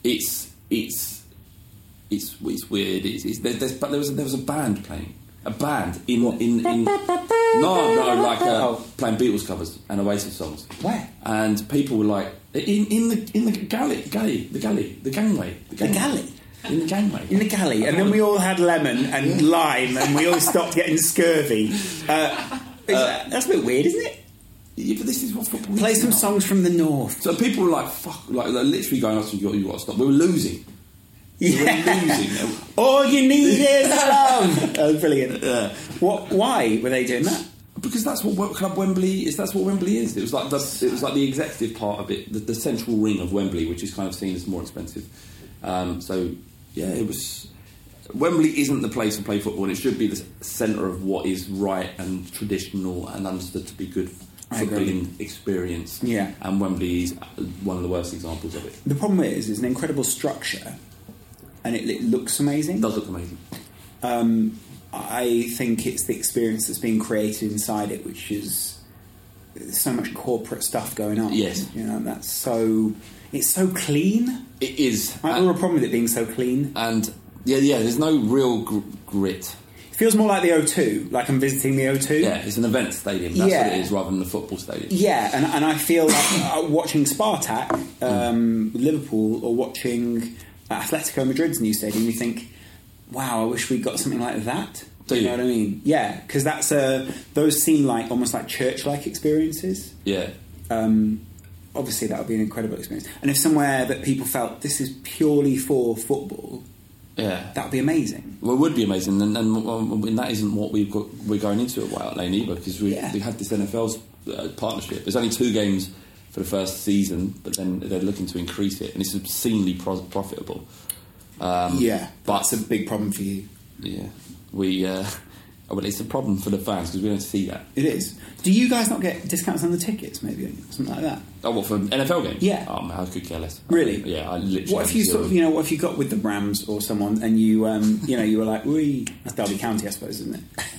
S3: it's it's it's it's weird. It's, it's there, there's, but there was a, there was a band playing a band in in, in no no like uh,
S2: Oh.
S3: playing Beatles covers and Oasis songs.
S2: Where?
S3: And people were like in in the in the galley galley the galley the gangway the, gangway.
S2: galley?
S3: in the gangway
S2: in the galley, and then we all had lemon and lime, and we all stopped getting scurvy. Uh, is- that's a bit weird, isn't it?
S3: yeah, but this is what football
S2: Play
S3: is
S2: some
S3: now.
S2: songs from the north.
S3: So people were like, "Fuck!" Like they're literally going, "Austin, you got, you got to stop." We were losing. We were
S2: Yeah.
S3: losing.
S2: [LAUGHS] All you need is [LAUGHS] love. Oh, brilliant. What? Why were they doing that?
S3: Because that's what Wo- Club Wembley is. That's what Wembley is. It was like the, it was like the executive part of it, the, the central ring of Wembley, which is kind of seen as more expensive. Um, so yeah, it was. Wembley isn't the place to play football, and it should be the centre of what is right and traditional and understood to be good
S2: I agree.
S3: footballing experience.
S2: Yeah.
S3: and Wembley is one of the worst examples of it.
S2: The problem is, it's an incredible structure, and it, it looks amazing.
S3: It does look amazing.
S2: Um, I think it's the experience that's being created inside it, which is there's so much corporate stuff going on.
S3: Yes.
S2: you know that's so it's so clean.
S3: It is.
S2: I have a real problem with it being so clean.
S3: and yeah, yeah. There's no real gr- grit.
S2: It feels more like the O2, like I'm visiting the O2.
S3: Yeah, it's an event stadium. That's
S2: Yeah.
S3: what it is, rather than the football stadium.
S2: Yeah, and, and I feel like uh, watching Spartak, um, Liverpool, or watching Atletico Madrid's new stadium, you think, wow, I wish we got something like that.
S3: Do
S2: you know
S3: you?
S2: what I mean? Yeah, because that's a, those seem like almost like church like experiences.
S3: Yeah.
S2: Um, obviously, that would be an incredible experience. And if somewhere that people felt this is purely for football,
S3: Yeah.
S2: That would be amazing.
S3: Well, it would be amazing, and, and, and that isn't what we've got, we're going into at Whiteout Lane either, because we,
S2: Yeah.
S3: we have this NFL's uh, partnership. There's only two games for the first season, but then they're looking to increase it, and it's obscenely pro- profitable. Um,
S2: yeah,
S3: but-
S2: that's a big problem for you.
S3: Yeah, we. Uh, [LAUGHS] well, it's a problem for the fans because we don't see that.
S2: It is. Do you guys not get discounts on the tickets, maybe, or something like that?
S3: Oh, what for NFL games?
S2: Yeah.
S3: Oh man, I could care less.
S2: Really?
S3: Yeah, I literally.
S2: What if you sort of, you know, what if you got with the Rams or someone and you, um, you know, you were like, we, that's Derby County, I suppose, isn't it? [LAUGHS]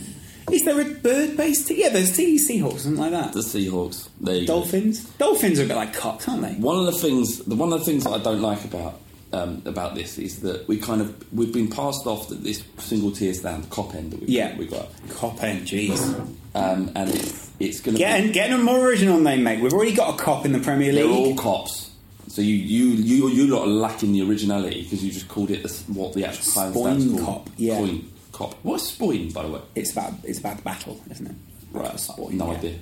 S2: Is there a bird based? Yeah, there's sea seahawks, something like that.
S3: the Seahawks? There you go.
S2: Dolphins. Dolphins are a bit like cocks, aren't they?
S3: One of the things, the one of the things that I don't like about um, about this is that we kind of we've been passed off that this single tier stand cop end that we
S2: Yeah.
S3: we got,
S2: Cop eh? end, jeez.
S3: um, and it's it's going to
S2: Getting, getting a more original name, mate. We've already got a cop in the Premier
S3: be, they're all
S2: League.
S3: cops. So you you you you lot are lacking the originality because you just called it the, s- what the actual clan stands
S2: Spoin
S3: called.
S2: cop, yeah.
S3: Coin cop. What's spoin by the way?
S2: It's about it's about the battle, isn't it?
S3: Right,
S2: Sport,
S3: no
S2: yeah.
S3: idea.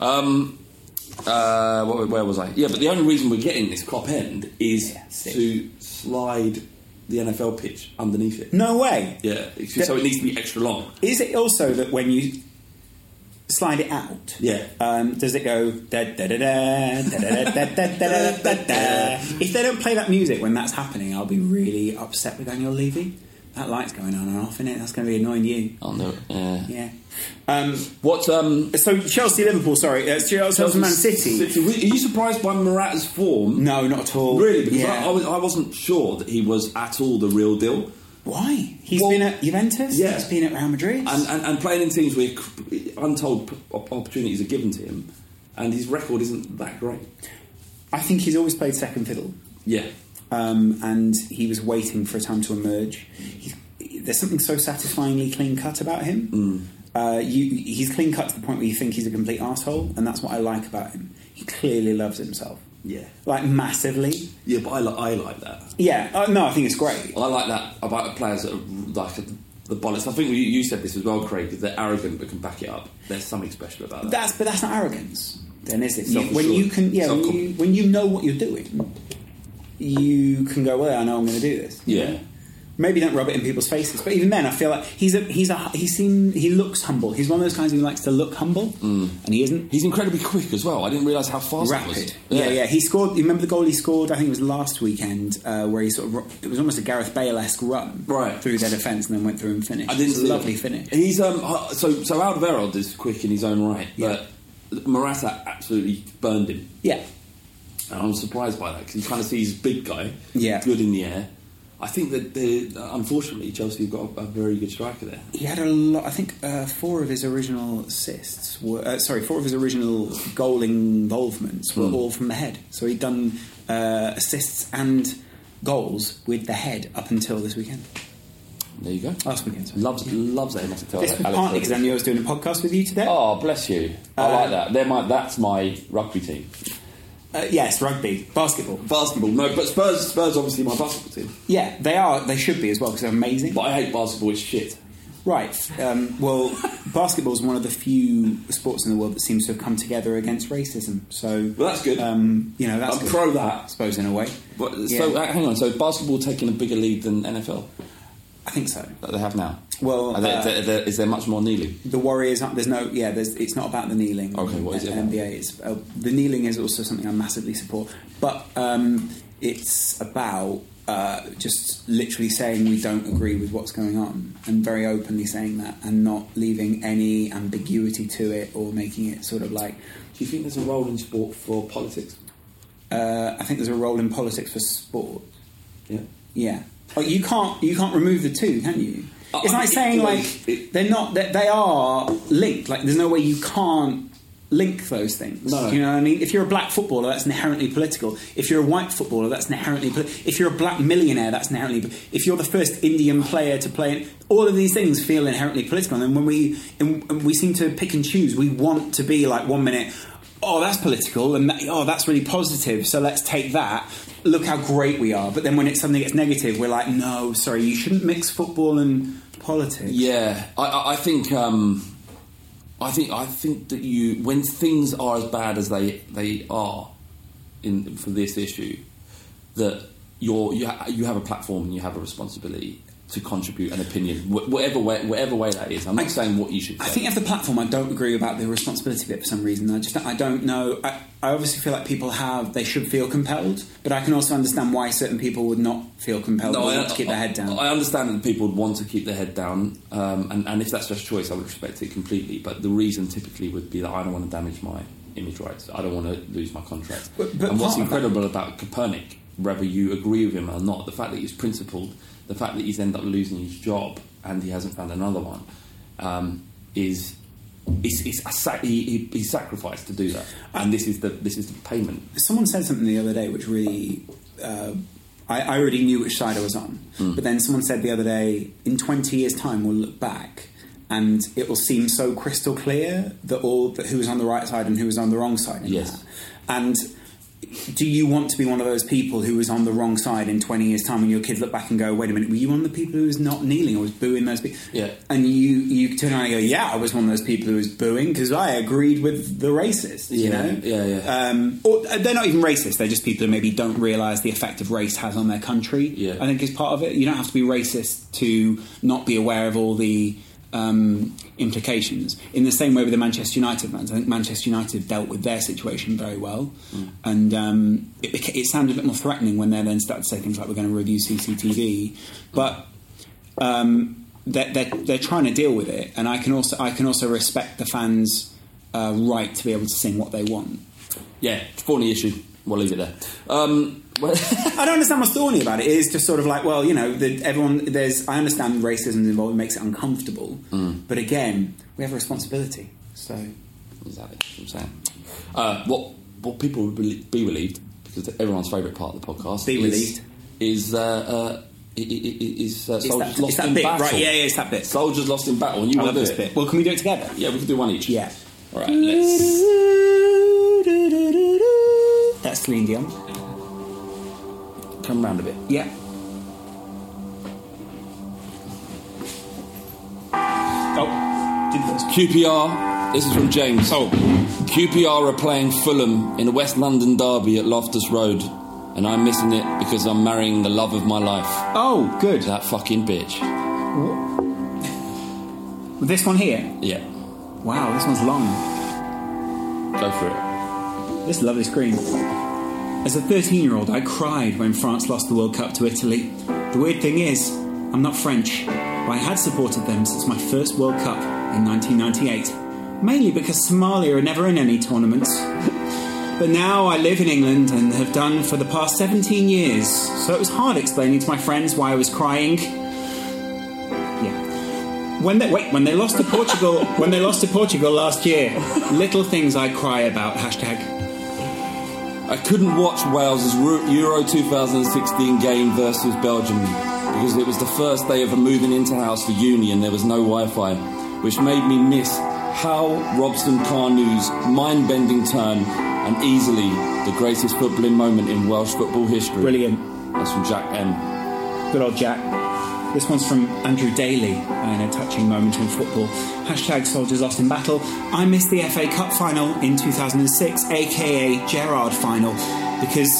S3: Um, uh, where, where was I? Yeah, but the only reason we're getting this cop end is
S2: Yeah, sick.
S3: to slide the NFL pitch underneath it.
S2: No way.
S3: Yeah, it's- so it needs to be extra long.
S2: Is it also that when you slide it out,
S3: Yeah.
S2: um, does it go da da da da da da da da da da da da da? If they don't play that music when that's happening, I'll be really upset with Daniel Levy. That light's going on and off in it. That's going to be annoying you.
S3: Oh no! Yeah.
S2: Yeah. Um,
S3: What? Um,
S2: so Chelsea, Liverpool. Sorry, uh, Chelsea, Man City.
S3: Are you surprised by Morata's form?
S2: No, not at all.
S3: Really? Because
S2: yeah.
S3: I, I, was, I wasn't sure that he was at all the real deal.
S2: Why? He's
S3: Well-
S2: been at Juventus.
S3: Yeah.
S2: He's been at Real Madrid.
S3: and, and, and playing in teams where c- untold p- op- opportunities are given to him, and his record isn't that great.
S2: I think he's always played second fiddle.
S3: Yeah,
S2: um, and he was waiting for a time to emerge. He's, there's something so satisfyingly clean cut about him.
S3: Mm.
S2: Uh, you, he's clean cut to the point where you think he's a complete asshole, and that's what I like about him. He clearly loves himself,
S3: yeah,
S2: like massively.
S3: yeah. But I, li- I like that.
S2: Yeah, uh, no, I think it's great.
S3: I like that about the players that are like the bullets. I think you, you said this as well, Craig. That they're arrogant but can back it up. There's something special about that.
S2: That's but that's not arrogance, then, is it? You-
S3: Self-assured.
S2: when you can, yeah, when
S3: Self-confident.
S2: you, when you know what you're doing, you can go, well, I know I'm going to do this.
S3: yeah.
S2: maybe don't rub it in people's faces, but even then, I feel like he's a he's a he seem he looks humble. He's one of those guys who likes to look humble,
S3: Mm.
S2: and he isn't.
S3: He's incredibly quick as well. I didn't realise how fast he
S2: Rapid,
S3: was.
S2: yeah. yeah, He scored. You remember the goal he scored? I think it was last weekend, uh, where he sort of ru- it was almost a Gareth Bale esque run
S3: Right.
S2: through their defence and then went through and finished.
S3: I didn't
S2: It's a
S3: see
S2: lovely
S3: that.
S2: finish.
S3: He's um uh, so so Alderweireld is quick in his own right,
S2: Yeah.
S3: but Morata absolutely burned him.
S2: yeah,
S3: And I'm surprised by that because you kind of see he's a big guy,
S2: Yeah.
S3: good in the air. I think that the, unfortunately Chelsea have got a, a very good striker there.
S2: he had a lot. I think uh, four of his original assists were uh, sorry, four of his original goal involvements
S3: Hmm.
S2: were all from the head. So he'd done uh, assists and goals with the head up until this weekend.
S3: There you go.
S2: Last weekend, sorry.
S3: Loves loves that. He must have told
S2: This was
S3: Alex
S2: partly because I
S3: Ferguson.
S2: knew I was doing a podcast with you today.
S3: Oh, bless you. I
S2: Uh,
S3: like that. They're my, that's my rugby team.
S2: Uh, yes, rugby, basketball.
S3: Basketball, no, but Spurs, Spurs obviously my basketball team.
S2: Yeah, they are. They should be as well because they're amazing.
S3: But I hate basketball, it's shit.
S2: Right. Um, well,
S3: [LAUGHS]
S2: basketball is one of the few sports in the world that seems to have come together against racism. So
S3: Well, that's good.
S2: Um, you know, that's
S3: I'm
S2: good,
S3: pro that.
S2: I suppose in a way.
S3: But,
S2: Yeah,
S3: So uh, hang on, so basketball taking a bigger lead than NFL
S2: I think so.
S3: that they have now?
S2: Well,
S3: Are they-
S2: uh,
S3: they- they- is there much more kneeling?
S2: The Warriors, aren't- there's no, yeah, there's, it's not about the kneeling.
S3: Okay, what is it
S2: Uh,
S3: about?
S2: NBA, it's, uh, the kneeling is also something I massively support, but um, it's about uh, just literally saying we don't agree with what's going on and very openly saying that and not leaving any ambiguity to it or making it sort of like.
S3: Do you think there's a role in sport for politics?
S2: Uh, I think there's a role in politics for sport.
S3: Yeah.
S2: Yeah. Like you can't you can't remove the two, can you?
S3: Uh,
S2: it's like
S3: it-
S2: saying
S3: it-
S2: like
S3: it-
S2: they're not they, they are linked. Like there's no way you can't link those things.
S3: No.
S2: You know what I mean? If you're a black footballer, that's inherently political. If you're a white footballer, that's inherently poli- if you're a black millionaire, that's inherently if you're the first Indian player to play in all of these things feel inherently political. And when we and and we seem to pick and choose, we want to be like one minute Oh, that's political, and that, oh, that's really positive. So let's take that. Look how great we are. But then when it suddenly gets negative, we're like, no, sorry, you shouldn't mix football and politics.
S3: Yeah, I- I, I think um, I think I think that you when things are as bad as they they are in for this issue, that you're, you ha- you have a platform and you have a responsibility. to contribute an opinion, wh- whatever way, whatever way that is. I'm not
S2: I-
S3: saying what you should.
S2: I
S3: say.
S2: think of the platform, I don't agree about the responsibility bit for some reason. I just, I don't know. I, I obviously feel like people have, they should feel compelled, but I can also understand why certain people would not feel compelled or not to keep their head down.
S3: I understand that people would want to keep their head down, um, and, and if that's their choice, I would respect it completely. But the reason typically would be that I don't want to damage my image rights. I don't want to lose my contract.
S2: But- but
S3: and what's
S2: part of that-
S3: incredible about Copernic, whether you agree with him or not, the fact that he's principled, the fact that he's ended up losing his job and he hasn't found another one, um, is. It's, it's a sac- he, he, he sacrificed to do that, and this is the this is the payment.
S2: Someone said something the other day which really, uh, I, I already knew which side I was on,
S3: Hmm.
S2: but then someone said the other day, in 20 years' time, we'll look back. And it will seem so crystal clear that all that who was on the right side and who was on the wrong side. In
S3: Yes.
S2: that. And do you want to be one of those people who was on the wrong side in 20 years' time when your kids look back and go, wait a minute, were you one of the people who was not kneeling or was booing those people?
S3: Yeah.
S2: And you, you turn around and go, yeah, I was one of those people who was booing because I agreed with the racists, you
S3: Yeah,
S2: know?
S3: yeah, yeah.
S2: Um, or uh, they're not even racist, they're just people who maybe don't realise the effect of race has on their country,
S3: Yeah.
S2: I think is part of it. You don't have to be racist to not be aware of all the um, implications. In the same way with the Manchester United fans, I think Manchester United dealt with their situation very well, and um, it, beca- it sounded a bit more threatening when they then started to say things like, "We're going to review CCTV," but um, they're, they're, they're trying to deal with it, and I can also I can also respect the fans' uh, right to be able to sing what they want.
S3: Yeah, thorny issue. We'll leave it there. Um, well- [LAUGHS]
S2: I don't understand what's thorny about it. It is just sort of like, well, you know, the, everyone there's. I understand racism is involved, it makes it uncomfortable, but again, we have a responsibility. So
S3: Exactly. That's what I'm saying. Uh, what what people would be be relieved because everyone's favourite part of the podcast.
S2: Be
S3: is,
S2: relieved.
S3: is uh, uh, i- i- i- is uh,
S2: It's
S3: soldiers lost
S2: that- it's that
S3: in
S2: bit,
S3: battle?
S2: right, yeah, yeah, it's that bit.
S3: Soldiers lost in battle, and you
S2: I
S3: want
S2: love
S3: to do
S2: this
S3: it.
S2: bit. Well, can we do it together?
S3: Yeah, we can do one each.
S2: Yeah.
S3: All right. Let's.
S2: That's Celine Dion.
S3: Come round a bit.
S2: Yeah. Oh, did this.
S3: QPR. This is from James.
S2: Oh.
S3: QPR are playing Fulham in a West London derby at Loftus Road, and I'm missing it because I'm marrying the love of my life.
S2: Oh, good.
S3: That fucking bitch.
S2: This one here.
S3: Yeah.
S2: Wow, this one's long.
S3: Go for it.
S2: This lovely screen. As a 13 year old, I cried when France lost the World Cup to Italy. The weird thing is, I'm not French, but I had supported them since my first World Cup in 1998. Mainly because Somalia are never in any tournaments. But now I live in England and have done for the past 17 years, so it was hard explaining to my friends why I was crying. Yeah. When they wait, when they lost to Portugal, when they lost to Portugal last year, little things I cry about. Hashtag.
S3: I couldn't watch Wales' Ru- Euro 2016 game versus Belgium because it was the first day of moving into house for uni and there was no Wi-Fi, which made me miss Hal Robson Carnew's mind-bending turn and easily the greatest footballing moment in Welsh football history.
S2: Brilliant.
S3: That's from Jack M.
S2: Good old Jack. This one's from Andrew Daly and a touching moment in football. Hashtag soldiers lost in battle. I missed the FA Cup final in 2006, aka Gerard final, because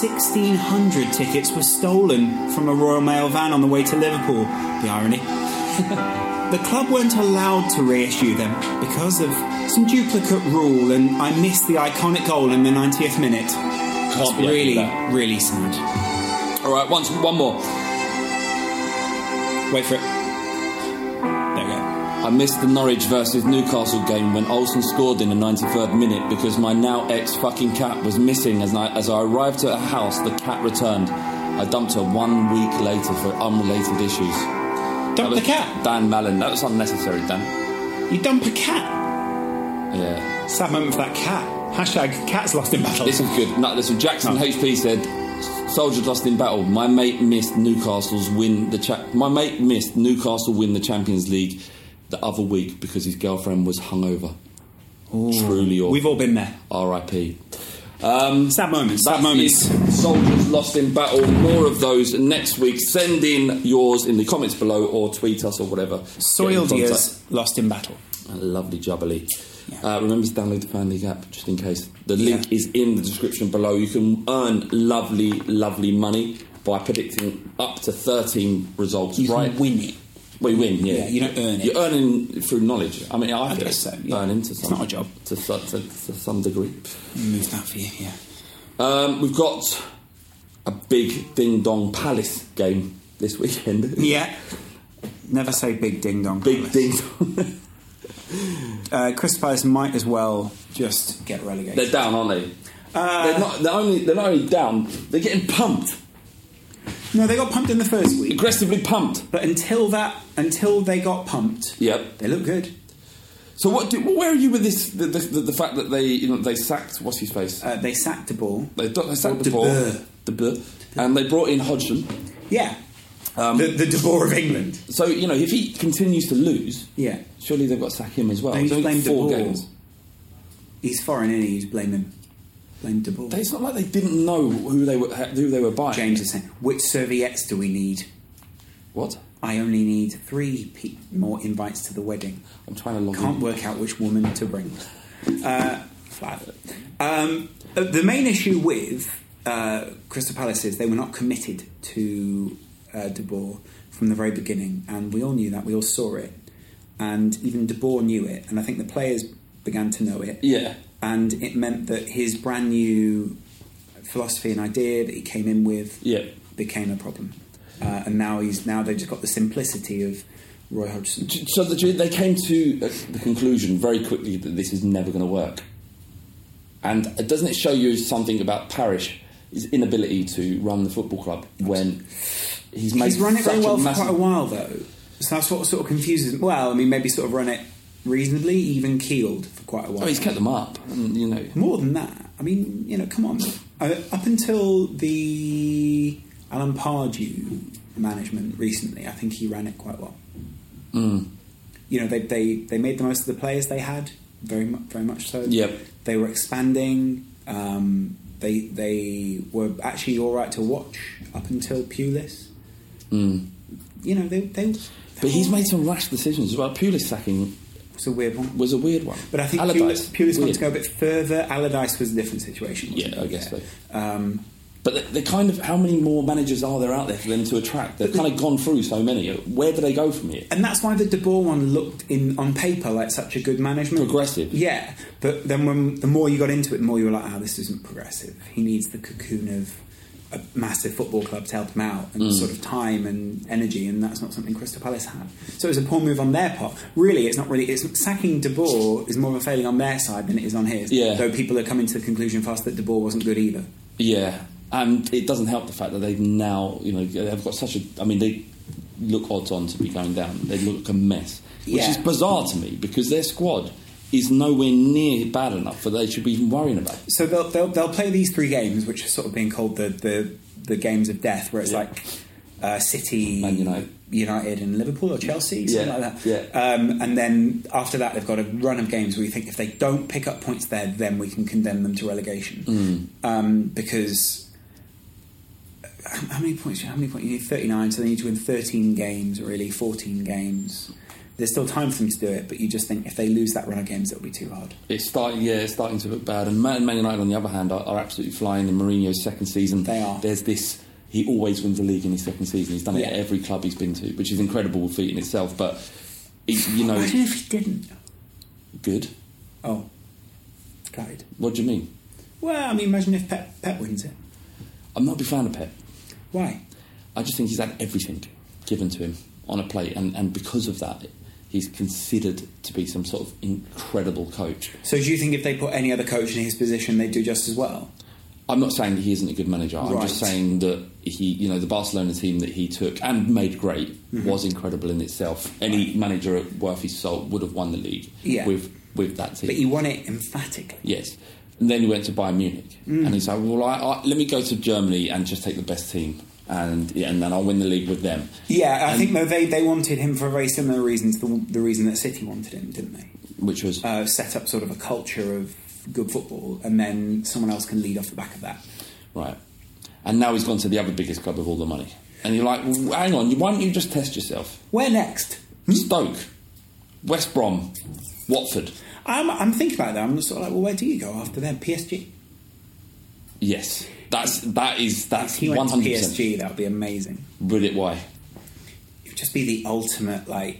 S2: 1,600 tickets were stolen from a Royal Mail van on the way to Liverpool. The irony. [LAUGHS] The club weren't allowed to reissue them because of some duplicate rule, and I missed the iconic goal in the 90th minute. That's
S3: be happy
S2: really,
S3: with that.
S2: really sad.
S3: All right, once one more.
S2: Wait for it. There we go.
S3: I missed the Norwich versus Newcastle game when Olsen scored in the 93rd minute because my now ex fucking cat was missing. As I, as I arrived at her house, the cat returned. I dumped her one week later for unrelated issues. That
S2: Dump
S3: was
S2: the cat.
S3: Dan Mallon. That was unnecessary, Dan.
S2: You dump a cat.
S3: Yeah.
S2: Sad moment for that cat. Hashtag cats lost in battle.
S3: This is good. No, this is Jackson
S2: No.
S3: HP said, "Soldiers lost in battle. My mate missed Newcastle's win the cha- My mate missed Newcastle win the Champions League the other week because his girlfriend was hungover. Truly awful.
S2: We've all been there.
S3: R.I.P. Um,
S2: Sad moments. Sad
S3: that
S2: moments.
S3: is Soldiers lost in battle. More of those next week. Send in yours in the comments below or tweet us or whatever. Get in
S2: Soiled
S3: contact.
S2: years lost in battle.
S3: Lovely jubbly.
S2: Yeah.
S3: Uh, remember to download the Family Gap just in case. The link
S2: Yeah.
S3: is in the description below. You can earn lovely, lovely money by predicting up to 13 results
S2: You can
S3: right.
S2: win it.
S3: We win, yeah.
S2: Yeah, you don't earn it.
S3: You're earning through knowledge. I mean, I,
S2: I
S3: think
S2: guess so, yeah.
S3: Earning to
S2: It's
S3: some,
S2: not a job.
S3: To, so- to, to some degree.
S2: Move that for you, yeah.
S3: Um, we've got a big Ding Dong Palace game this
S2: [LAUGHS]
S3: weekend.
S2: Yeah. Never say big ding dong.
S3: Big
S2: Palace.
S3: Ding Dong.
S2: Uh, Crystal Palace might as well just get relegated.
S3: they're down, aren't they?
S2: Uh,
S3: they're, not, they're, only, they're not only down, they're getting pumped.
S2: no, they got pumped in the first week,
S3: Aggressively pumped.
S2: but until that, until they got pumped,
S3: Yep.
S2: they look good.
S3: So what? Do, where are you with this? The, the, the, the fact that they, you know, they sacked what's his face?
S2: Uh, they sacked the ball.
S3: They, they sacked De
S2: De
S3: Boer,
S2: Boer.
S3: De Boer, and they brought in Hodgson. Um,
S2: Yeah, the the De Boer of England.
S3: So you know, if he continues to lose,
S2: Yeah.
S3: surely they've got to sack him as well.
S2: They
S3: He's
S2: just
S3: only got
S2: blamed De
S3: four
S2: Boer.
S3: games.
S2: He's foreign, and he's blame him. Blame De Boer.
S3: They- It's not like they didn't know who they were who they were buying.
S2: James is saying, which serviettes do we need?
S3: what?
S2: I only need three pe- more invites to the wedding.
S3: I'm trying to log
S2: Can't
S3: in.
S2: work out which woman to bring. Uh, flat. Um, uh, the main issue with uh, Crystal Palace is they were not committed to uh, De Boer from the very beginning, and we all knew that. We all saw it, and even De Boer knew it, and I think the players began to know it.
S3: Yeah.
S2: and it meant that his brand new philosophy and idea that he came in with
S3: Yeah.
S2: became a problem. Uh, and now he's now they've just got the simplicity of Roy Hodgson.
S3: So the, they came to uh, the conclusion very quickly that this is never going to work. And uh, doesn't it show you something about Parish, his inability to run the football club when he's made
S2: He's run it
S3: such
S2: very well
S3: a
S2: for
S3: massive
S2: quite a while though, so that's what sort of confuses. Well, I mean, maybe sort of run it reasonably even keeled for quite a while.
S3: Oh, he's kept them up, and, you know.
S2: More than that, I mean, you know, come on. Uh, up until the Alan Pardew management recently, I think he ran it quite well.
S3: Mm.
S2: You know, they, they, they made the most of the players they had, very much, very much so.
S3: Yep.
S2: They were expanding. Um, they, they were actually all right to watch up until Pulis. You know, they, they,
S3: mm. But he's made some rash decisions as well. Pulis sacking
S2: It's a weird one.
S3: was a weird one.
S2: But I think
S3: Allardyce,
S2: Pulis, Pulis
S3: weird.
S2: wanted to go a bit further. Allardyce was a different situation. wasn't
S3: Yeah, I
S2: it?
S3: guess so.
S2: Um,
S3: But they- they're kind of how many more managers are there out there for them to attract? They've kind of gone through so many. Where do they go from here?
S2: And that's why the De Boer one looked in on paper like such a good management.
S3: Progressive.
S2: Yeah. But then when the more you got into it, the more you were like, oh, this isn't progressive. He needs the cocoon of a massive football club to help him out and
S3: Mm.
S2: sort of time and energy and that's not something Crystal Palace had. So it was a poor move on their part. Really it's not really it's sacking De Boer is more of a failing on their side than it is on his.
S3: Yeah.
S2: Though people are coming to the conclusion fast that De Boer wasn't good either.
S3: Yeah, and it doesn't help the fact that they've now, you know, they've got such a. I mean, they look odds on to be going down. They look a mess, which
S2: Yeah.
S3: is bizarre to me because their squad is nowhere near bad enough that they should be even worrying about. it.
S2: So they'll, they'll they'll play these three games, which are sort of being called the the, the games of death, where it's
S3: Yeah.
S2: like uh, City,
S3: Man United.
S2: United and Liverpool or Chelsea, something
S3: Yeah,
S2: like that.
S3: yeah.
S2: Um, and then after that, they've got a run of games where you think if they don't pick up points there, then we can condemn them to relegation
S3: Hmm.
S2: um, because. How how many points? How many points? You need thirty-nine, so they need to win thirteen games, really fourteen games. There's still time for them to do it, but you just think if they lose that run of games, it'll be too hard.
S3: It's starting, yeah, it's starting to look bad. And Man, Man United, on the other hand, are, are absolutely flying in Mourinho's second season.
S2: They are.
S3: There's this. He always wins the league in his second season. He's done it
S2: Yeah.
S3: at every club he's been to, which is incredible feat in itself. But it, you know,
S2: Imagine if he didn't.
S3: good.
S2: Oh, guide.
S3: What do you mean?
S2: Well, I mean, imagine if Pep, Pep wins it.
S3: I'm not a big fan of Pep.
S2: Why?
S3: I just think he's had everything given to him on a plate, and, and because of that, he's considered to be some sort of incredible coach.
S2: So, do you think if they put any other coach in his position, they'd do just as well?
S3: I'm not saying that he isn't a good manager. I'm just
S2: Right.
S3: saying that he, you know, the Barcelona team that he took and made great
S2: Mm-hmm.
S3: was incredible in itself. Any manager worth his salt would have won the league
S2: Yeah.
S3: with with that team.
S2: But he won it emphatically.
S3: Yes. And then he went to Bayern Munich.
S2: Mm.
S3: And he's like, well, I, I, let me go to Germany and just take the best team. And, yeah, and then I'll win the league with them.
S2: Yeah, I think though they, they wanted him for a very similar reason to the, the reason that City wanted him, didn't they?
S3: Which was.
S2: Uh, set up sort of a culture of good football, and then someone else can lead off the back of that.
S3: Right. And now he's gone to the other biggest club with all the money. And you're like, well, hang on, why don't you just test yourself?
S2: Where next?
S3: Stoke, West Brom, Watford.
S2: I'm, I'm thinking about that. I'm sort of like, well, where do you go after them? PSG.
S3: Yes. That's that is
S2: If
S3: that's
S2: he went
S3: one
S2: to
S3: hundred percent.
S2: PSG, that would be amazing.
S3: Would it? Why?
S2: It would just be the ultimate like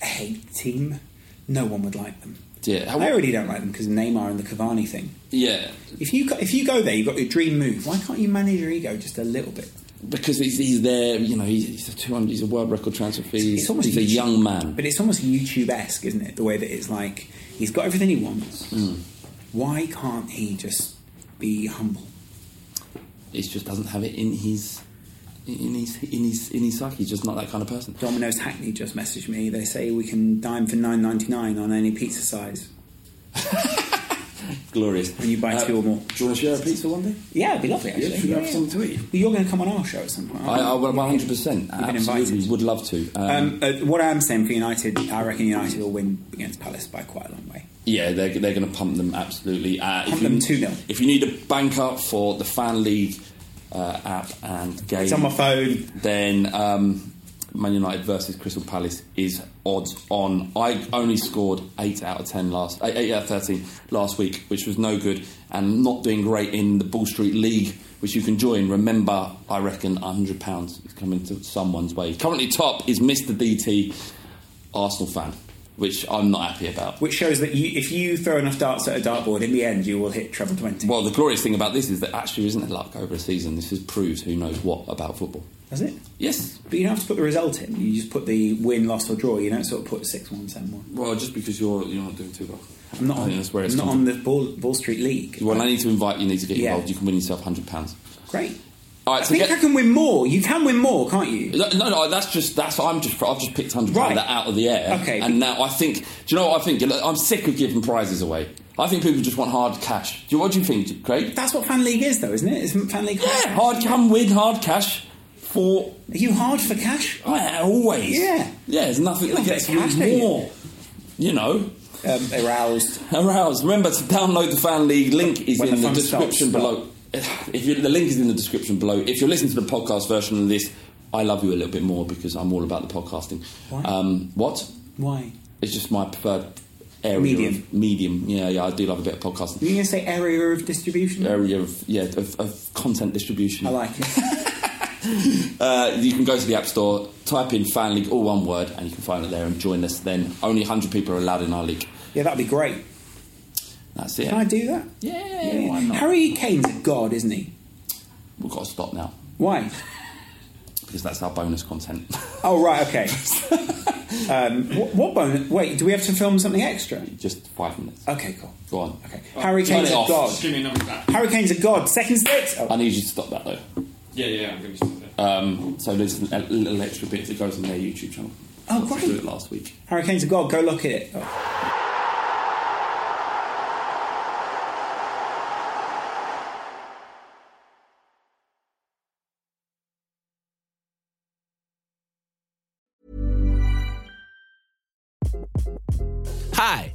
S2: hate team. No one would like them.
S3: Yeah. How-
S2: I already don't like them because Neymar and the Cavani thing.
S3: Yeah,
S2: If you go- if you go there, you've got your dream move. Why can't you manage your ego just a little bit?
S3: because he's, he's there. You know, he's, he's a two hundred. He's a world record transfer fee.
S2: It's almost
S3: he's a
S2: YouTube-
S3: young man.
S2: But it's almost YouTube esque, isn't it? The way that it's like he's got everything he wants.
S3: Hmm.
S2: Why can't he just be humble?
S3: He just doesn't have it in his in his in his in his psyche. He's just not that kind of person.
S2: Domino's Hackney just messaged me. They say we can dine for nine ninety nine on any pizza size.
S3: Glorious.
S2: When you buy two or more.
S3: Uh, Do you want to share a pizza one day?
S2: Yeah, it'd be lovely. Actually,
S3: should we have something to eat?
S2: Well, You're going to come on our show at some point.
S3: I,
S2: aren't
S3: I
S2: you?
S3: one hundred percent.
S2: You've been
S3: Absolutely,
S2: invited.
S3: would love to. Um,
S2: Um, uh, what I'm saying for United, I reckon United will win against Palace by quite a long way.
S3: yeah, they're, they're going to pump them absolutely. Uh,
S2: Pump them 2-0.
S3: If you need a bank up for the fan league uh, app and game,
S2: It's on my phone.
S3: then um, Man United versus Crystal Palace is odds on. I only scored eight out of ten last eight, eight out of thirteen last week, which was no good, and not doing great in the Ball Street League, which you can join. Remember, I reckon hundred pounds is coming to someone's way. Currently, top is Mister DT, Arsenal fan, which I'm not happy about.
S2: Which shows that you, if you throw enough darts at a dartboard, in the end you will hit treble twenty.
S3: Well, the glorious thing about this is that actually isn't a luck over a season. This has proved who knows what about football.
S2: Does it?
S3: Yes,
S2: But you don't have to put the result in. You just put the win, loss, or draw. You don't sort of put six one, seven one.
S3: Well, just because you're you're not doing too well.
S2: I'm not
S3: I
S2: on.
S3: think that's where it's
S2: I'm not
S3: come
S2: on the Ball, Ball Street League.
S3: from. Well, I need to invite you. Need to get
S2: Yeah.
S3: involved. You can win yourself hundred pounds.
S2: Great.
S3: All right,
S2: I
S3: so
S2: think
S3: get-
S2: I can win more. You can win more, can't you?
S3: No, no, no, that's just that's I'm just I've just picked hundred
S2: Right.
S3: pounds out of the air.
S2: Okay.
S3: and now I think do you know what I think? Look, I'm sick of giving prizes away. I think people just want hard cash. Do you, what do you think, Craig?
S2: That's what fan league is, though, isn't it? Isn't fan league?
S3: Yeah, hard come win hard cash for
S2: Are you hard for cash?
S3: yeah, always.
S2: Yeah.
S3: yeah. There's nothing
S2: You
S3: that
S2: don't
S3: gets
S2: get cash, do you?
S3: more. You know,
S2: Um, aroused.
S3: Arouse. Remember to download the fan league. Link is
S2: When
S3: in
S2: the
S3: the,
S2: fun
S3: description
S2: starts,
S3: below. If you, the link is in the description below. If you're listening to the podcast version of this, I love you a little bit more because I'm all about the podcasting.
S2: Why?
S3: Um, what?
S2: Why?
S3: It's just my preferred area.
S2: Medium.
S3: Of medium. Yeah, yeah. I do love a bit of podcasting.
S2: You're going to say area of distribution?
S3: Area of yeah of, of content distribution.
S2: I like it. [LAUGHS]
S3: Uh, you can go to the App Store, type in Fan League, all one word, and you can find it there and join us. Then only 100 people are allowed in our league.
S2: yeah, that'd be great.
S3: That's it.
S2: Can I do that?
S3: Yeah, why not?
S2: Harry Kane's a god, isn't he?
S3: We've got to stop now
S2: Why?
S3: because that's our bonus content. [LAUGHS]
S2: Oh, right, okay. um, what, what bonus? Wait, do we have to film something extra?
S3: Just five minutes.
S2: Okay, cool.
S3: Go on.
S2: Okay. Harry
S3: Turn
S2: Kane's
S3: it
S2: a
S3: off.
S2: god.
S7: Just give me another back.
S2: Harry Kane's a god. Second sticks.
S3: I
S2: Oh,
S3: need you to stop that though.
S7: Yeah, yeah, I'm going to stop there.
S3: Um, so there's a little extra bit that goes on their YouTube channel.
S2: Oh,
S3: Lots of
S2: great.
S3: Do it last week.
S2: Harry Kane's a god. Go look at it. Oh.
S8: Hi,